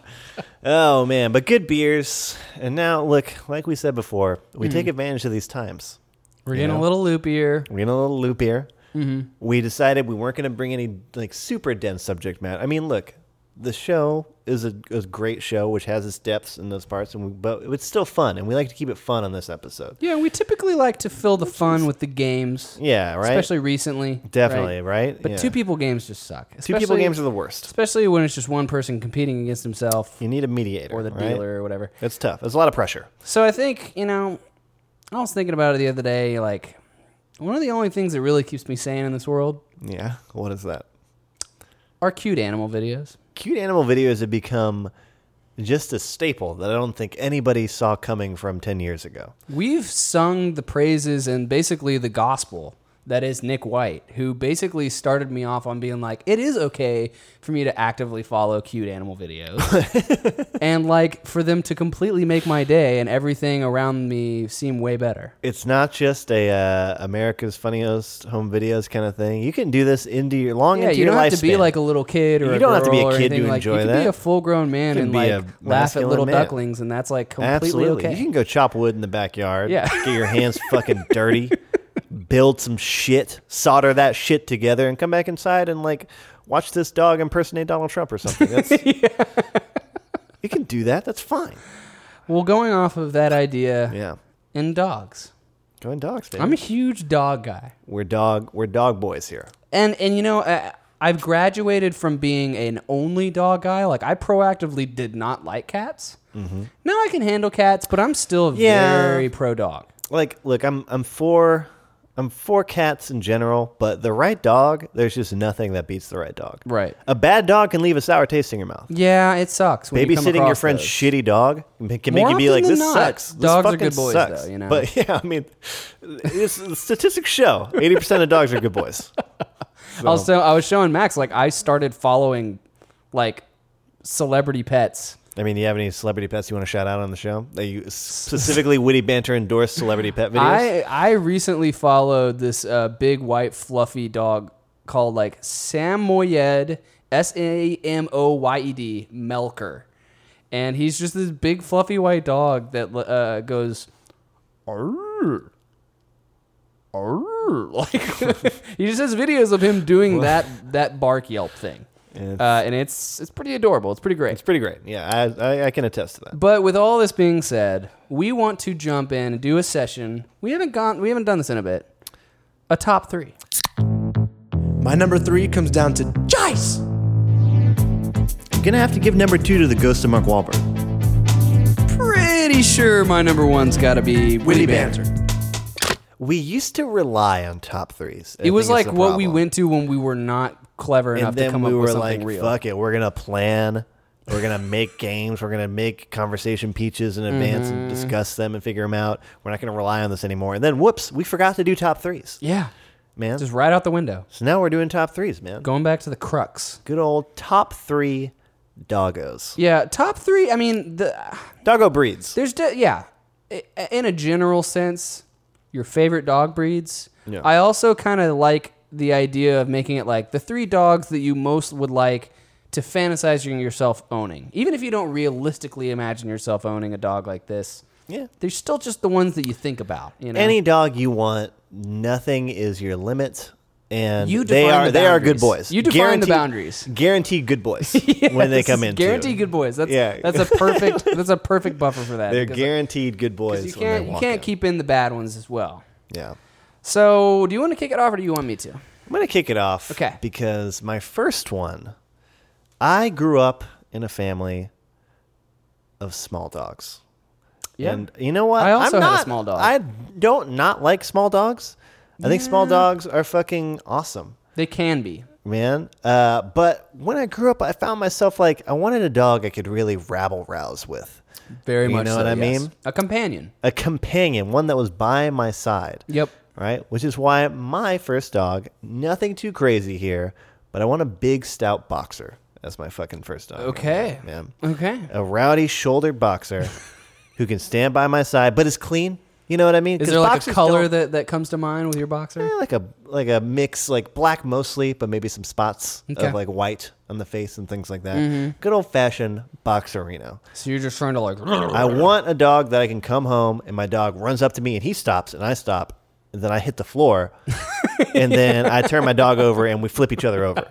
S2: Oh man, but good beers. And now look, like we said before, we
S3: Mm-hmm.
S2: take advantage of these times.
S3: We're
S2: You
S3: getting
S2: know?
S3: a little loopier.
S2: We're getting a little loop here.
S3: Mm-hmm.
S2: We decided we weren't going to bring any like super dense subject matter. I mean, look, the show is a, a great show, which has its depths in those parts, and we, but it's still fun, and we like to keep it fun on this episode.
S3: Yeah, we typically like to fill the fun with the games.
S2: Yeah, right.
S3: Especially recently.
S2: definitely,
S3: right?
S2: right?
S3: But
S2: Yeah.
S3: two people games just suck.
S2: two people
S3: Especially-
S2: games are the worst.
S3: especially when it's just one person competing against himself
S2: You need a mediator
S3: or the
S2: right?
S3: dealer or whatever.
S2: It's tough. There's a lot of pressure.
S3: So I think, you know, I was thinking about it the other day like one of the only things that really keeps me sane in this world
S2: Yeah. What is that?
S3: are cute animal videos.
S2: Cute animal videos have become just a staple that I don't think anybody saw coming from ten years ago.
S3: We've sung the praises and basically the gospel that is Nick White, who basically started me off on being like, it is okay for me to actively follow cute animal videos. and like for them to completely make my day and everything around me seem way better.
S2: it's not just a uh, America's Funniest Home Videos kind of thing. You can do this into your long
S3: Yeah,
S2: into
S3: you
S2: your
S3: don't have to be
S2: lifespan.
S3: like a little kid or
S2: You
S3: a
S2: don't have to be a
S3: girl or
S2: kid to
S3: anything. like,
S2: enjoy
S3: You can be
S2: that.
S3: a full grown man
S2: You
S3: and
S2: can be
S3: like
S2: a
S3: laugh at
S2: masculine
S3: little
S2: man.
S3: ducklings, and that's like completely
S2: absolutely.
S3: okay.
S2: You can go chop wood in the backyard.
S3: Yeah.
S2: get your
S3: <laughs>
S2: hands fucking dirty, build some shit, solder that shit together, and come back inside and like watch this dog impersonate Donald Trump or something.
S3: <laughs>
S2: That's, You can do that. That's fine.
S3: well, going off of that idea,
S2: Yeah,
S3: and dogs.
S2: going dogs. Baby.
S3: I'm a huge dog guy,
S2: we're dog. We're dog boys here.
S3: and and you know. I, I've graduated from being an only dog guy. Like I proactively did not like cats. Now I can handle cats, but I'm still
S2: Mm-hmm. Yeah.
S3: very pro dog.
S2: like look i'm i'm for I'm for cats in general, but the right dog, there's just nothing that beats the right dog.
S3: Right.
S2: A bad dog can leave a sour taste in your mouth.
S3: Yeah, it sucks. When you come
S2: Babysitting your
S3: across
S2: friend's
S3: those.
S2: shitty dog can make, can make
S3: More
S2: you be
S3: often
S2: like,
S3: than
S2: this
S3: not,
S2: sucks. This
S3: dogs are
S2: fucking
S3: good boys,
S2: sucks.
S3: though, you know?
S2: But <laughs> yeah, I mean, it's, the statistics show 80% of dogs are good boys.
S3: Also, I was showing Max like I started following like celebrity pets.
S2: I mean, do you have any celebrity pets you want to shout out on the show? That you specifically witty banter endorsed celebrity pet videos?
S3: I I recently followed this uh, big white fluffy dog called like Samoyed, S A M O Y E D Melker, and he's just this big fluffy white dog that uh, goes. "Arr." Arr. <laughs> Like he just has videos of him doing that that bark yelp thing,
S2: It's-
S3: uh, and it's it's pretty adorable. It's pretty great.
S2: it's pretty great. Yeah, I, I, I can attest to that.
S3: But with all this being said, we want to jump in and do a session. We haven't gone. We haven't done this in a bit. A top three.
S1: My number three comes down to Jice.
S2: I'm going to have to give number two to the ghost of Mark Wahlberg.
S3: Pretty sure my number one's got to be Witty
S1: Witty
S3: Banter.
S1: banter.
S2: We used to rely on top threes. I
S3: It was
S2: think it's
S3: like
S2: the
S3: what we
S2: problem.
S3: went to when we were not clever enough
S2: and then
S3: to come
S2: we
S3: up
S2: were
S3: with something
S2: like,
S3: real.
S2: "Fuck it, we're gonna plan. We're gonna make games. We're gonna make conversation peaches in advance
S3: Mm-hmm.
S2: and discuss them and figure them out. We're not gonna rely on this anymore." And then, whoops, we forgot to do top threes,
S3: Yeah,
S2: man.
S3: just right out the window.
S2: so now we're doing top threes, man.
S3: Going back to the crux.
S2: Good old top three doggos.
S3: Yeah, top three. I mean, the
S2: Doggo breeds.
S3: There's de- yeah, I- in a general sense, your favorite dog breeds.
S2: Yeah.
S3: I also kind of like the idea of making it like the three dogs that you most would like to fantasize yourself owning, even if you don't realistically imagine yourself owning a dog like this.
S2: Yeah.
S3: They're still just the ones that you think about. You know, <laughs>
S2: Any dog you want. Nothing is your limit. And
S3: You
S2: they
S3: define
S2: are
S3: the
S2: they are good
S3: boundaries.
S2: boys.
S3: You define the
S2: Guaranteed-
S3: boundaries.
S2: Guaranteed good
S3: <laughs>
S2: boys when they
S3: Yes,
S2: come in. too.
S3: guaranteed good boys. That's
S2: Yeah.
S3: that's a
S2: <laughs>
S3: perfect that's a perfect buffer for that.
S2: They're
S3: because-
S2: guaranteed good boys.
S3: 'cause You
S2: when
S3: can't
S2: they
S3: you
S2: walk
S3: can't
S2: in.
S3: keep in the bad ones as well.
S2: Yeah.
S3: So, do you want to kick it off, or do you want me to?
S2: I'm going to kick it off.
S3: Okay.
S2: Because my first one, I grew up in a family of small dogs. And you know what?
S3: I also
S2: I'm
S3: had a
S2: not-
S3: small dog.
S2: I don't not like small dogs. I think small dogs are fucking awesome,
S3: They can be.
S2: man. Uh, but when I grew up, I found myself like, I wanted a dog I could really rabble rouse with.
S3: Very
S2: You
S3: much
S2: know
S3: so,
S2: what I
S3: yes.
S2: mean?
S3: A companion.
S2: A companion, one that was by my side.
S3: Yep.
S2: right? Which is why my first dog, nothing too crazy here, but I want a big stout boxer as my fucking first dog.
S3: Okay.
S2: Man.
S3: Okay.
S2: A rowdy shouldered
S3: <laughs>
S2: boxer who can stand by my side but is clean. You know what I mean?
S3: Is
S2: 'Cause
S3: there like a
S2: boxers
S3: color
S2: don't-
S3: that, that comes to mind with your boxer?
S2: Eh, like a like a mix like black mostly, but maybe some spots
S3: Okay. Mm-hmm.
S2: of like white on the face and things like that. Good old fashioned boxerino.
S3: So you're just trying to like.
S2: I want a dog that I can come home and my dog runs up to me and he stops and I stop and then I hit the
S3: <laughs>
S2: floor and then I turn my dog over and we flip each other over.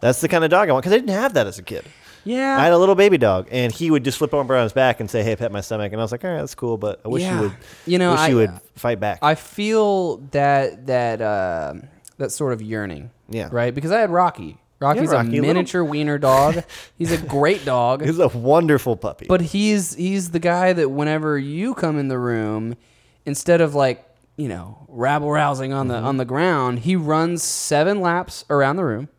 S2: That's the kind of dog I want because I didn't have that as a kid.
S3: <laughs> Yeah.
S2: I had a little baby dog and he would just flip over on his back and say, "Hey, pet my stomach," and I was like, "All right, that's cool, but I wish
S3: Yeah.
S2: you would,
S3: You know,
S2: wish
S3: I-
S2: you would fight back."
S3: I feel that that uh, that sort of yearning.
S2: Yeah.
S3: Right. Because I had Rocky. Rocky's
S2: Rocky,
S3: a
S2: little-
S3: miniature wiener
S2: <laughs>
S3: dog. He's a great dog.
S2: He's a wonderful puppy.
S3: But he's he's the guy that whenever you come in the room, instead of like you know rabble rousing on
S2: Mm-hmm.
S3: the on the ground, he runs seven laps around the room,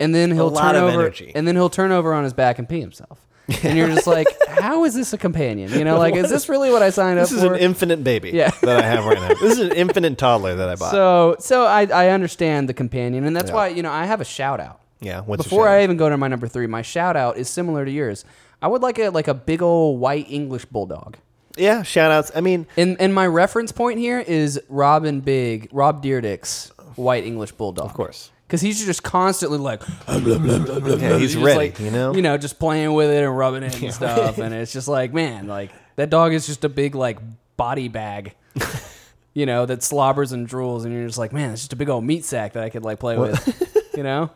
S3: and then he'll
S2: lot
S3: turn
S2: of
S3: over
S2: energy.
S3: and then he'll turn over on his back and pee himself. And you're
S2: <laughs>
S3: just like, how is this a companion? You know, like, is this really what I signed
S2: this
S3: up
S2: is
S3: for?
S2: an infinite baby
S3: Yeah.
S2: that I have right
S3: <laughs>
S2: now. This is an infinite toddler that I bought.
S3: so, so I, I understand the companion, and that's
S2: Yeah.
S3: why you know I have a shout out.
S2: yeah, what's your
S3: Before
S2: shout-out?
S3: I even go to my number three, my shout out is similar to yours. I would like a like a big old white English bulldog.
S2: yeah, shout outs. I mean,
S3: And and my reference point here is Robin Big, Rob Deerdick's white English bulldog. Of
S2: course.
S3: Because he's just constantly like,
S2: yeah, he's
S3: just
S2: ready.
S3: like,
S2: you know,
S3: you know, just playing with it and
S2: <laughs>
S3: rubbing it and stuff. And it's just like, man, like that dog is just a big like
S2: <laughs>
S3: body bag, you know, that slobbers and drools. And you're just like, man, it's just a big old meat sack that I could like play with, <laughs> you know.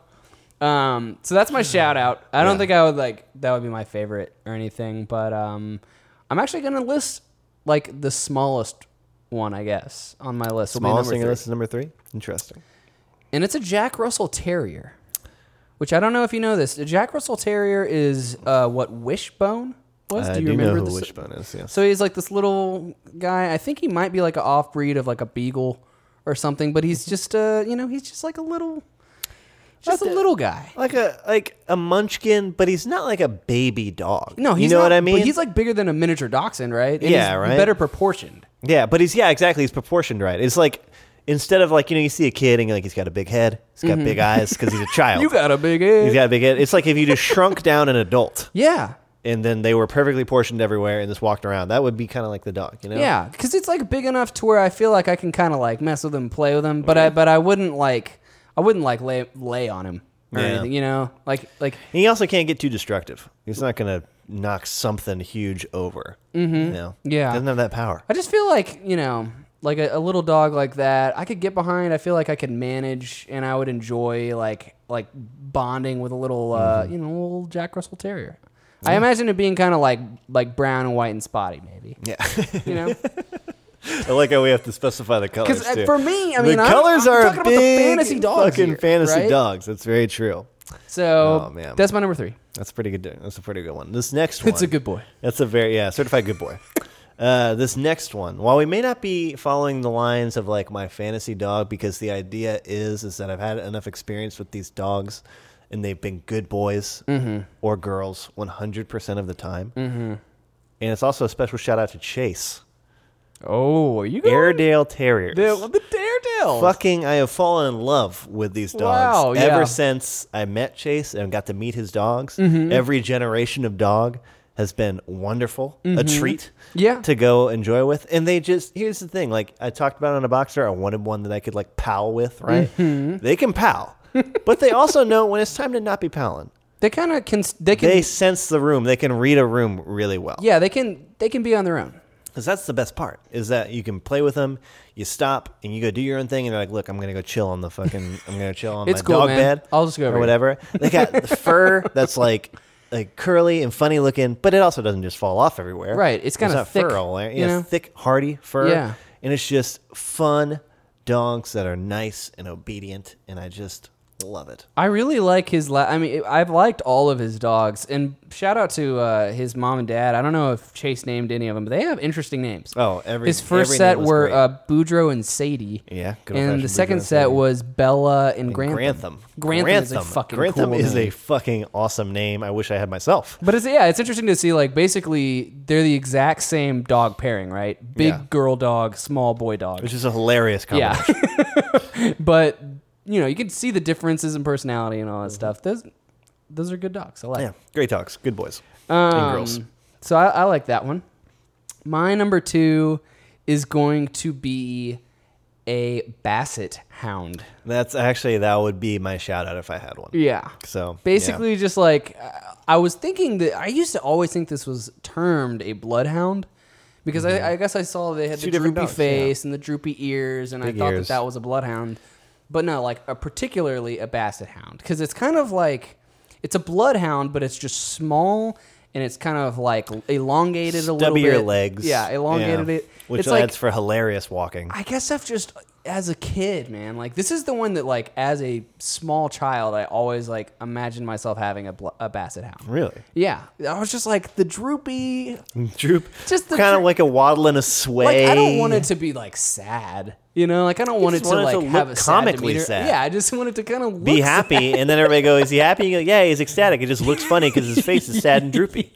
S3: Um, so that's my shout out. I don't think I would like that would be my favorite or anything, but um, I'm actually gonna list like the smallest one, I guess, on my list. will be
S2: smallest
S3: number
S2: thing on
S3: three.
S2: this is number three. Interesting.
S3: and it's a Jack Russell Terrier, which I don't know if you know this. A Jack Russell Terrier is uh, what Wishbone was.
S2: I
S3: do you
S2: Uh, know
S3: remember
S2: who
S3: this?
S2: Wishbone is? Yes.
S3: So he's like this little guy. I think he might be like an off breed of like a beagle or something. But he's just uh, you know, he's just like a little, just a
S2: Like a-
S3: little guy.
S2: Like a like a munchkin, but he's not like a baby dog.
S3: No, he's
S2: you know
S3: not-
S2: what I mean.
S3: But he's like bigger than a miniature dachshund, right? And
S2: Yeah,
S3: he's
S2: right.
S3: Better proportioned.
S2: Yeah, but he's yeah, exactly. He's proportioned right. It's like instead of like you know you see a kid and you're like he's got a big head, he's got big eyes because he's a child.
S3: Mm-hmm. <laughs> You got a big
S2: he's
S3: head.
S2: got a big head. It's like if you just shrunk down an adult
S3: yeah,
S2: and then they were perfectly portioned everywhere and just walked around. That would be kind of like the dog, you know?
S3: yeah, because it's like big enough to where I feel like I can kind of like mess with him, play with him, but I but I wouldn't like I wouldn't like lay lay on him or
S2: Yeah.
S3: anything, you know, like like
S2: And he also can't get too destructive. He's not gonna knock something huge over. Mm-hmm. You know?
S3: Yeah.
S2: Doesn't have that power.
S3: I just feel like you know, like a, a little dog like that, I could get behind. I feel like I could manage, and I would enjoy like like bonding with a little, uh, you know, little Jack Russell Terrier. I imagine it being kind of like like brown and white and spotty, maybe.
S2: Yeah.
S3: You <laughs> know,
S2: <laughs> I like how we have to specify the colors.
S3: because uh,
S2: too.
S3: for me, I mean,
S2: the
S3: I'm,
S2: colors
S3: I'm
S2: are
S3: talking
S2: a big
S3: about the fantasy dogs,
S2: fucking
S3: here,
S2: fantasy
S3: right?
S2: dogs. That's very true.
S3: So
S2: Oh, man.
S3: that's my number three.
S2: That's a pretty good. That's a pretty good one. This next one.
S3: It's a good boy.
S2: That's a very yeah, certified good boy. Uh, this next one, while we may not be following the lines of like my fantasy dog, because the idea is is that I've had enough experience with these dogs, and they've been good boys
S3: Mm-hmm.
S2: or girls one hundred percent of the time. Mm-hmm. And it's also a special shout out to Chase
S3: Oh, are you going
S2: Airedale Terriers.
S3: the, the daredevil?
S2: Fucking, I have fallen in love with these dogs
S3: Wow,
S2: ever
S3: yeah.
S2: since I met Chase and got to meet his dogs.
S3: Mm-hmm.
S2: Every generation of dog has been wonderful, a treat
S3: Mm-hmm. Yeah.
S2: to go enjoy with. And they just, here's the thing like, I talked about on a boxer, I wanted one that I could like pal with, right?
S3: Mm-hmm.
S2: They can pal, but they also know when it's time to not be palling.
S3: They kind of can. They can.
S2: They sense the room, they can read a room really well.
S3: yeah, they can. They can be on their own.
S2: Because that's the best part is that you can play with them. You stop and you go do your own thing, and they're like, "Look, I'm gonna go chill on the fucking, I'm gonna chill on
S3: It's
S2: my
S3: cool,
S2: dog
S3: man.
S2: bed.
S3: I'll just go
S2: or
S3: over here."
S2: whatever." They got
S3: <laughs>
S2: the fur that's like like curly and funny looking, but it also doesn't just fall off everywhere.
S3: Right, it's kinda
S2: There's not
S3: thick,
S2: fur all there.
S3: you
S2: Yeah,
S3: know?
S2: thick, hardy fur.
S3: Yeah.
S2: and it's just fun dogs that are nice and obedient, and I just love it.
S3: I really like his. La- I mean, I've liked all of his dogs, and shout out to uh, his mom and dad. I don't know if Chase named any of them, but they have interesting names.
S2: Oh, every-
S3: his first
S2: every
S3: set
S2: name was
S3: were
S2: great.
S3: uh, Boudreaux and Sadie.
S2: Yeah, good
S3: and
S2: old-fashioned
S3: the
S2: Boudreaux
S3: second
S2: and
S3: set
S2: Sadie.
S3: was Bella and Grantham.
S2: Grantham.
S3: Grantham, is a fucking
S2: Grantham
S3: cool
S2: is
S3: name.
S2: a fucking awesome name. I wish I had myself.
S3: But it's yeah, it's interesting to see like basically they're the exact same dog pairing, right? Big
S2: Yeah.
S3: girl dog, small boy dog.
S2: Which is a hilarious combination.
S3: Yeah. <laughs> but you know, you can see the differences in personality and all that stuff. Those those are good dogs. I like.
S2: Mm-hmm. Yeah, great talks, good boys and
S3: Um,
S2: girls.
S3: So I, I like that one. My number two is going to be a basset hound.
S2: That's actually that would be my shout out if I had one.
S3: Yeah.
S2: So
S3: Basically, just like I- I was thinking that I used to always think this was termed a bloodhound because I, I guess I saw they had
S2: Mm-hmm. Two
S3: the
S2: different
S3: droopy
S2: dogs,
S3: face and the droopy ears, and I
S2: Big
S3: thought
S2: ears.
S3: that that was a bloodhound. But no, like a, particularly a basset hound because it's kind of like it's a bloodhound, but it's just small and it's kind of like elongated a little
S2: stubbier
S3: bit.
S2: legs.
S3: yeah, elongated
S2: yeah,
S3: it.
S2: which
S3: it's
S2: adds
S3: like
S2: for hilarious walking.
S3: I guess I've just as a kid, man. Like this is the one that like as a small child, I always like imagined myself having a, bl- a basset hound.
S2: really,
S3: Yeah, I was just like the droopy.
S2: <laughs> droop,
S3: Just the
S2: kind of
S3: droop-
S2: like a waddle and a sway.
S3: Like I don't want it to be like sad, you know. Like I don't want it
S2: just
S3: to
S2: want it
S3: like
S2: to
S3: have a
S2: look
S3: sad
S2: comically
S3: demeanor.
S2: sad.
S3: Yeah, I just want it to kind of
S2: be happy, and then everybody goes, "Is he happy?" You go, yeah, he's ecstatic. It just looks funny because
S3: <laughs>
S2: his face is sad and droopy.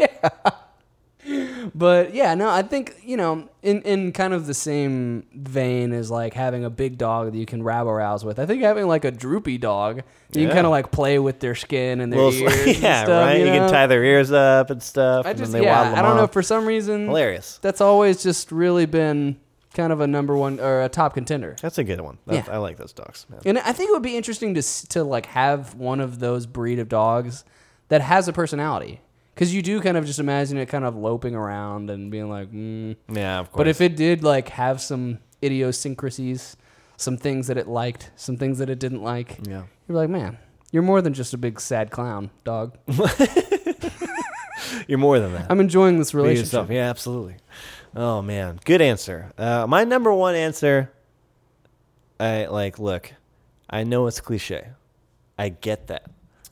S3: But yeah, no, I think you know, in in kind of the same vein as like having a big dog that you can rabble rouse with. I think having like a droopy dog, that you
S2: Yeah.
S3: can kind of like play with their skin and their
S2: <laughs> Little-
S3: ears. and
S2: yeah,
S3: stuff,
S2: right. You,
S3: know?
S2: can tie their ears up and stuff,
S3: I
S2: and
S3: just
S2: then they
S3: yeah,
S2: waddle
S3: I don't
S2: them
S3: know.
S2: off.
S3: For some reason,
S2: Hilarious.
S3: That's always just really been kind of a number one or a top contender.
S2: That's a good one. That-
S3: Yeah.
S2: I like those dogs. Man.
S3: And I think it would be interesting to s- to like have one of those breed of dogs that has a personality because you do kind of just imagine it kind of loping around and being like, mm.
S2: Yeah, of course.
S3: but if it did like have some idiosyncrasies, some things that it liked, some things that it didn't like,
S2: yeah.
S3: you're like, man, you're more than just a big sad clown dog.
S2: You're more than that.
S3: I'm enjoying
S2: <laughs>
S3: this
S2: Be
S3: relationship.
S2: yourself. Yeah, absolutely. Oh man, good answer. Uh, my number one answer. I like look. I know it's cliche. I get that.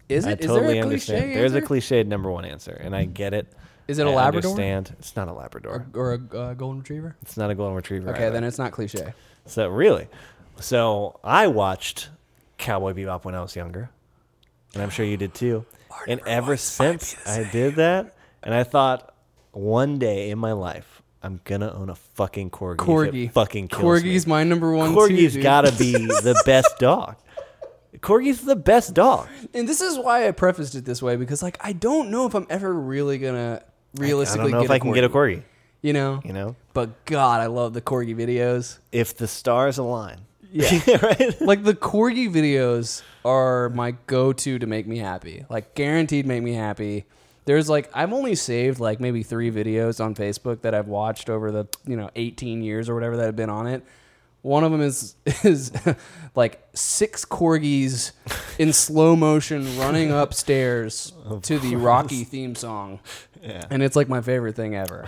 S3: Is
S2: I
S3: it? Is there a cliche?
S2: understand. There's a
S3: answer?
S2: cliched number one answer, and I get it.
S3: Is it
S2: a
S3: a Labrador?
S2: Understand. It's not a Labrador.
S3: or a uh, golden retriever.
S2: It's not a golden retriever.
S3: Okay,
S2: either.
S3: then it's not cliche.
S2: so really, So I watched Cowboy Bebop when I was younger, and I'm sure you did too. and ever since I did that, and I thought one day in my life I'm gonna own a fucking corgi. if it
S3: Corgi.
S2: fucking kills
S3: Corgi's
S2: me.
S3: my number one.
S2: Corgi's
S3: too, dude.
S2: gotta be the best dog. Corgi's the best dog.
S3: <laughs> And this is why I prefaced it this way because, like, I don't know if I'm ever really gonna
S2: I don't
S3: realistically
S2: know
S3: get
S2: if
S3: a
S2: I can get a corgi.
S3: You know.
S2: You know,
S3: But God, I love the corgi videos.
S2: if the stars align.
S3: Yeah.
S2: right.
S3: like the corgi videos are my go-to to make me happy like guaranteed make me happy there's like i've only saved like maybe three videos on facebook that i've watched over the you know 18 years or whatever that have been on it one of them is <laughs> is like six corgis in slow motion running upstairs to the rocky theme song
S2: Yeah.
S3: and it's like my favorite thing ever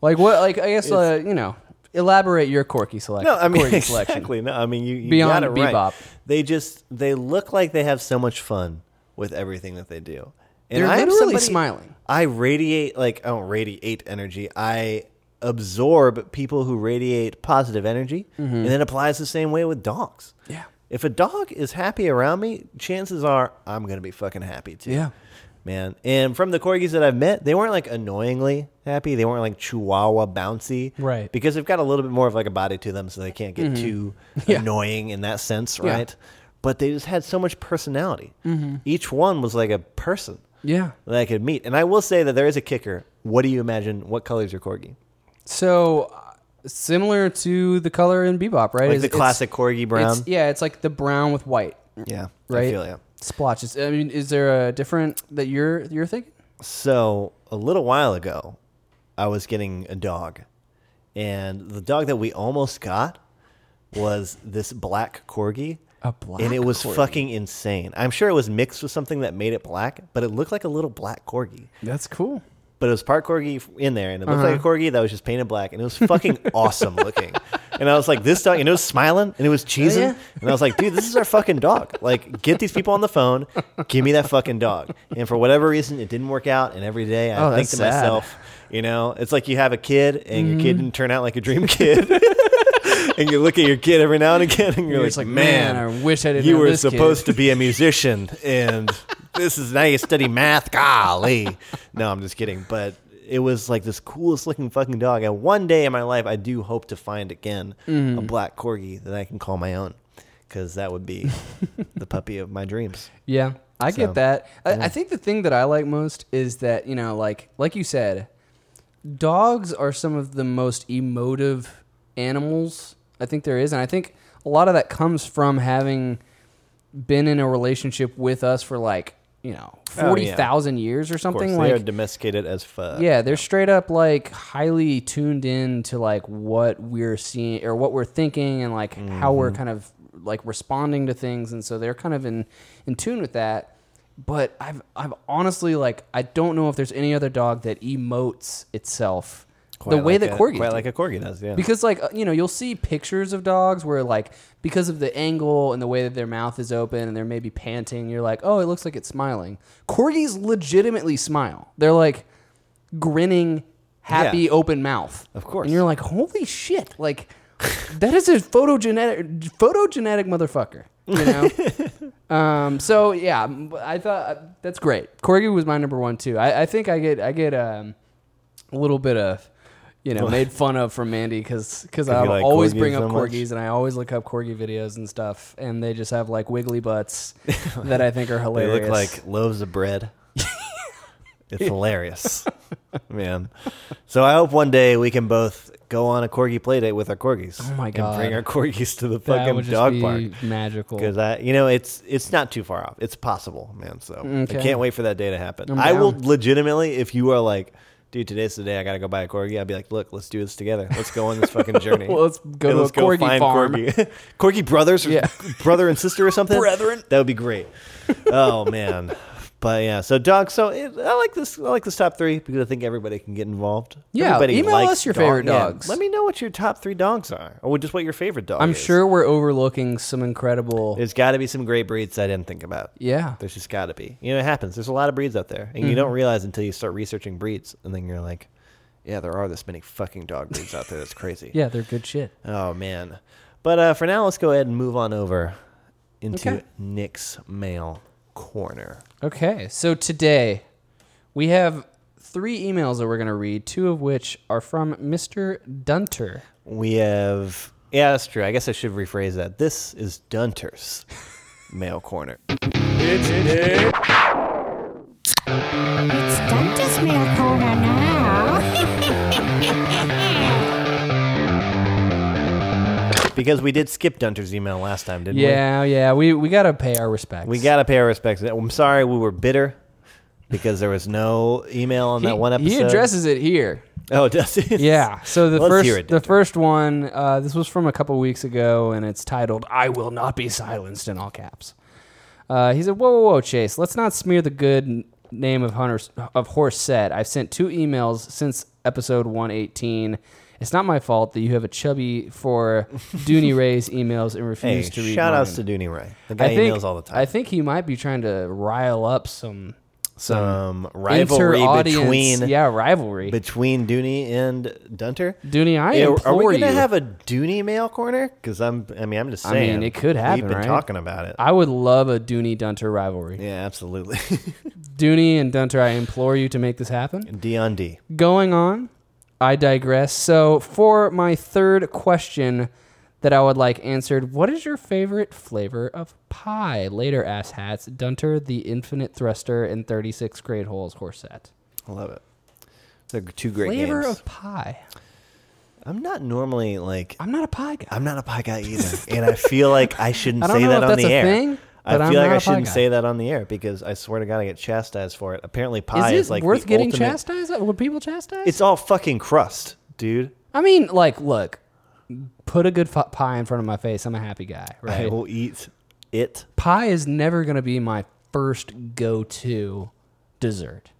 S3: like what like i guess uh, you know elaborate your corky selection
S2: No, I mean
S3: corgi
S2: <laughs>
S3: selection
S2: exactly. No, I mean you, you
S3: Beyond
S2: got it right.
S3: Bebop.
S2: They just they look like they have so much fun with everything that they do. And
S3: They're
S2: I'm
S3: literally
S2: somebody-
S3: smiling.
S2: I radiate like I don't radiate energy. I absorb people who radiate positive energy, and then applies the same way with dogs.
S3: Mm-hmm. Yeah.
S2: If a dog is happy around me, chances are I'm gonna be fucking happy too.
S3: Yeah.
S2: Man. And from the corgis that I've met, they weren't like annoyingly happy. They weren't like chihuahua bouncy.
S3: Right.
S2: Because they've got a little bit more of like a body to them, so they can't get too
S3: Mm-hmm. <laughs> Yeah.
S2: annoying in that sense,
S3: Yeah. Mm-hmm.
S2: right? But they just had so much personality. Each one was like a person
S3: Yeah.
S2: that I could meet. And I will say that there is a kicker. What do you imagine? What color is your corgi?
S3: So uh, similar to the color in Bebop, right?
S2: Like
S3: It's-
S2: the
S3: it's-
S2: classic corgi brown?
S3: it's- yeah, it's like the brown with white,
S2: yeah.
S3: right?
S2: I feel you.
S3: Splotches. I mean, is there a different that you're you're thinking?
S2: So a little while ago, I was getting a dog, and the dog that we almost got was this black corgi.
S3: A black
S2: and it was
S3: corgi.
S2: fucking insane. I'm sure it was mixed with something that made it black, but it looked like a little black corgi.
S3: That's cool.
S2: But it was part corgi f- in there, and it looked
S3: Uh-huh.
S2: like a corgi that was just painted black, and it was
S3: <laughs>
S2: fucking awesome looking. And I was like, this dog, and it was smiling, and it was cheesing,
S3: Oh, yeah?
S2: and I was like, dude, this is our fucking dog. Like, get these people on the phone, give me that fucking dog. And for whatever reason, it didn't work out, and every day I
S3: Oh,
S2: think
S3: that's
S2: to
S3: sad. Mm-hmm.
S2: myself, you know, it's like you have a kid, and your kid didn't turn out like a dream kid. And you look at your kid every now and again, and you're,
S3: You're
S2: like,
S3: just like,
S2: man,
S3: "Man, I wish I didn't
S2: You
S3: have
S2: were
S3: this kid."
S2: supposed to
S3: <laughs>
S2: be a musician, and this is now you study math. Golly, no, I'm just kidding. But it was like this coolest looking fucking dog. And one day in my life, I do hope to find again
S3: Mm-hmm.
S2: a black corgi that I can call my own, because that would be the puppy of my dreams.
S3: Yeah, I
S2: So,
S3: get that. I, I think the thing that I like most is that you know, like like you said, dogs are some of the most emotive animals I think there is, and I think a lot of that comes from having been in a relationship with us for like you know
S2: Oh, yeah.
S3: forty thousand years or
S2: Of course,
S3: something.
S2: they are
S3: Like,
S2: domesticated as fuck.
S3: yeah, they're straight up like highly tuned in to like what we're seeing or what we're thinking and like how
S2: Mm-hmm.
S3: we're kind of like responding to things and so they're kind of in in tune with that. But I've I've honestly like I don't know if there's any other dog that emotes itself
S2: Quite
S3: the way
S2: like
S3: that
S2: a-
S3: corgis
S2: quite
S3: do.
S2: like a corgi does. Yeah,
S3: Because like uh, you know, you'll see pictures of dogs where like because of the angle and the way that their mouth is open and they're maybe panting, you're like, oh, it looks like it's smiling. Corgis legitimately smile. They're like grinning, happy,
S2: Yeah.
S3: open mouth.
S2: Of course.
S3: And you're like, holy shit! Like that is a photogenetic photogenetic motherfucker.
S2: <laughs>
S3: You know. um. So yeah, m- I thought uh, that's great. Corgi was my number one too. I, I think I get I get um a little bit of you know made fun of from Mandy because I
S2: you like
S3: always
S2: corgis
S3: bring up
S2: so much?
S3: corgis and I always look up corgi videos and stuff and they just have like
S2: <laughs>
S3: wiggly butts that I think are
S2: They
S3: hilarious.
S2: look like loaves of
S3: <laughs>
S2: bread. it's hilarious, man. So I hope one day we can both go on a corgi play date with our corgis.
S3: Oh my
S2: And
S3: God.
S2: bring our corgis to the
S3: That
S2: fucking
S3: would just
S2: dog
S3: be
S2: park
S3: magical.
S2: because I, you know, it's it's not too far off. It's possible, man. So I
S3: Okay.
S2: can't wait for that day to happen.
S3: I'm
S2: I will
S3: down.
S2: legitimately, if you are like. Dude, today's the day I gotta go buy a corgi. I'd be like, look, let's do this together. Let's go on this
S3: <laughs>
S2: fucking journey.
S3: Well, let's go
S2: And
S3: to a corgi farm.
S2: corgi. <laughs> corgi brothers, or
S3: Yeah.
S2: <laughs> brother and sister or something.
S3: Brethren.
S2: that would be great. Oh man, but yeah. So dog. So it, I like this. I like this top three because I think everybody can get involved.
S3: Yeah,
S2: everybody
S3: email
S2: likes
S3: us your
S2: dog-
S3: favorite
S2: yeah,
S3: dogs.
S2: let me know what your top three dogs are, or just what your favorite dog.
S3: I'm
S2: is.
S3: sure we're overlooking some incredible.
S2: There's got to be some great breeds I didn't think about.
S3: yeah. Mm-hmm.
S2: There's just got to be. You know, it happens. There's a lot of breeds out there, and you don't realize until you start researching breeds, and then you're
S3: <laughs>
S2: like, yeah, there are this many fucking dog breeds out there. That's crazy.
S3: Yeah, they're good shit.
S2: Oh man. But uh, for now, let's go ahead and move on over into
S3: Okay.
S2: Nick's mail corner.
S3: Okay, so today we have three emails that we're going to read, two of which are from Mr. Dunter.
S2: We have. Yeah, that's true. I guess I should rephrase that. This is
S3: <laughs>
S2: Dunter's mail corner.
S4: It's Dungeon's Mail Corner now.
S2: Because we did skip Dunter's email last time, didn't we?
S3: Yeah, yeah, we, we got to pay our respects.
S2: We gotta pay our respects. I'm sorry we were bitter because there was no email on
S3: he,
S2: that one episode.
S3: He addresses it here.
S2: Oh, does he?
S3: Yeah. So the
S2: Let's
S3: first
S2: hear it,
S3: the first one, uh, this was from a couple weeks ago, and it's titled "I Will Not Be Silenced" in all caps. Uh, he said, "Whoa, whoa, whoa, Chase! Let's not smear the good n- name of Hunter's of Horse Set. I've sent two emails since episode 118. It's not my fault that you have a chubby for
S2: <laughs>
S3: Dooney Ray's emails and
S2: Hey,
S3: refuse to read.
S2: shout outs to
S3: mine.
S2: Dooney Ray. The guy
S3: I think,
S2: emails all the time.
S3: I think he might be trying to rile up some
S2: Some
S3: inter
S2: Um, rivalry
S3: audience,
S2: between
S3: yeah, rivalry.
S2: between Dooney and Dunter.
S3: Dooney, I
S2: Yeah,
S3: implore
S2: are we gonna
S3: you.
S2: have a Dooney mail corner? Because I'm, I mean, I'm just
S3: I
S2: saying.
S3: mean, it could happen,
S2: We've been
S3: right?
S2: talking about it.
S3: I would love a Dooney Dunter rivalry.
S2: yeah, absolutely. <laughs>
S3: Dooney and Dunter, I implore you to make this happen.
S2: D on D.
S3: Going on, I digress. So, for my third question that I would like answered, what is your favorite flavor of pie? Later, ass hats. Dunter, the infinite thruster, and 36 grade holes horset.
S2: I love it. They're two great
S3: Flavor
S2: games.
S3: of pie.
S2: I'm not normally like
S3: I'm not a pie guy.
S2: I'm not a pie
S3: <laughs>
S2: guy either, and I feel like I shouldn't
S3: I don't
S2: say
S3: know
S2: that
S3: if
S2: on
S3: that's
S2: the
S3: a
S2: air.
S3: thing, but
S2: I
S3: I'm
S2: feel like
S3: not
S2: I
S3: a pie
S2: shouldn't
S3: guy.
S2: say that on the air because I swear to God, I get chastised for it. Apparently, pie
S3: is
S2: is,
S3: it
S2: like the
S3: worth getting
S2: ultimate-
S3: chastised? Would people chastise?
S2: It's all fucking crust, dude.
S3: I mean, like, look, put a good f- pie in front of my face. I'm a happy guy, right?
S2: I will eat it.
S3: pie is never going to be my first go-to dessert.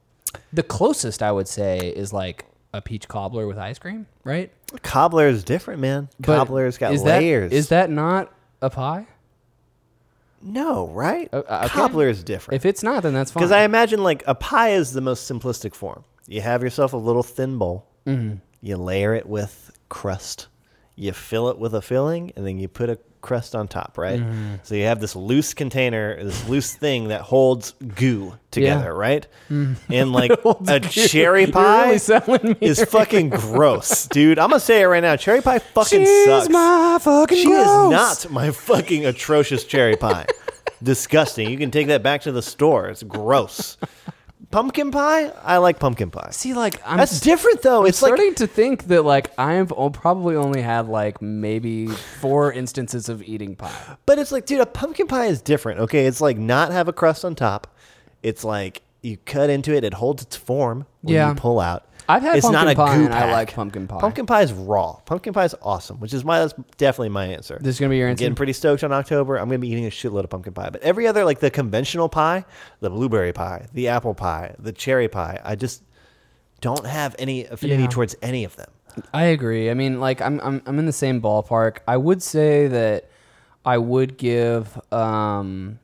S3: The closest I would say is like a peach cobbler with ice cream, right?
S2: Cobbler is different, man.
S3: But
S2: Cobbler's got
S3: is that-
S2: layers.
S3: Is that not a pie?
S2: no right?
S3: Uh, uh, okay.
S2: Cobbler is different
S3: If it's not, then that's fine.
S2: because I imagine like a pie is the most simplistic form. You have yourself a little thin bowl.
S3: Mm-hmm.
S2: You layer it with crust. You fill it with a filling, and then you put a crust on top, right?
S3: Mm-hmm.
S2: So you have this loose container, this loose thing that holds goo together, right?
S3: Mm-hmm.
S2: And
S3: <laughs>
S2: like a cherry
S3: You're
S2: pie
S3: really selling me
S2: is fucking gross, dude. I'm gonna say it right now. Cherry pie fucking
S3: She's
S2: sucks.
S3: my fucking
S2: She
S3: gross.
S2: is not my fucking atrocious cherry pie. Disgusting. You can take that back to the store. It's gross. pumpkin pie? I like pumpkin pie.
S3: See, like I'm
S2: That's different though. it's like
S3: starting to think that like I've o- probably only had like maybe four instances of eating pie.
S2: but it's like dude, a pumpkin pie is different. Okay, it's like not have a crust on top. It's like you cut into it, it holds its form when
S3: Yeah.
S2: you pull out.
S3: I've had
S2: it's not
S3: pumpkin
S2: a
S3: pie
S2: goo
S3: and I
S2: pack.
S3: like pumpkin pie.
S2: Pumpkin pie is raw. Pumpkin pie is awesome, which is my that's definitely my answer.
S3: This is gonna be your answer.
S2: Getting pretty stoked on October. I'm gonna be eating a shitload of pumpkin pie. But every other like the conventional pie, the blueberry pie, the apple pie, the cherry pie, I just don't have any affinity
S3: Yeah.
S2: towards any of them.
S3: I agree. I mean, like I'm I'm I'm in the same ballpark. I would say that I would give um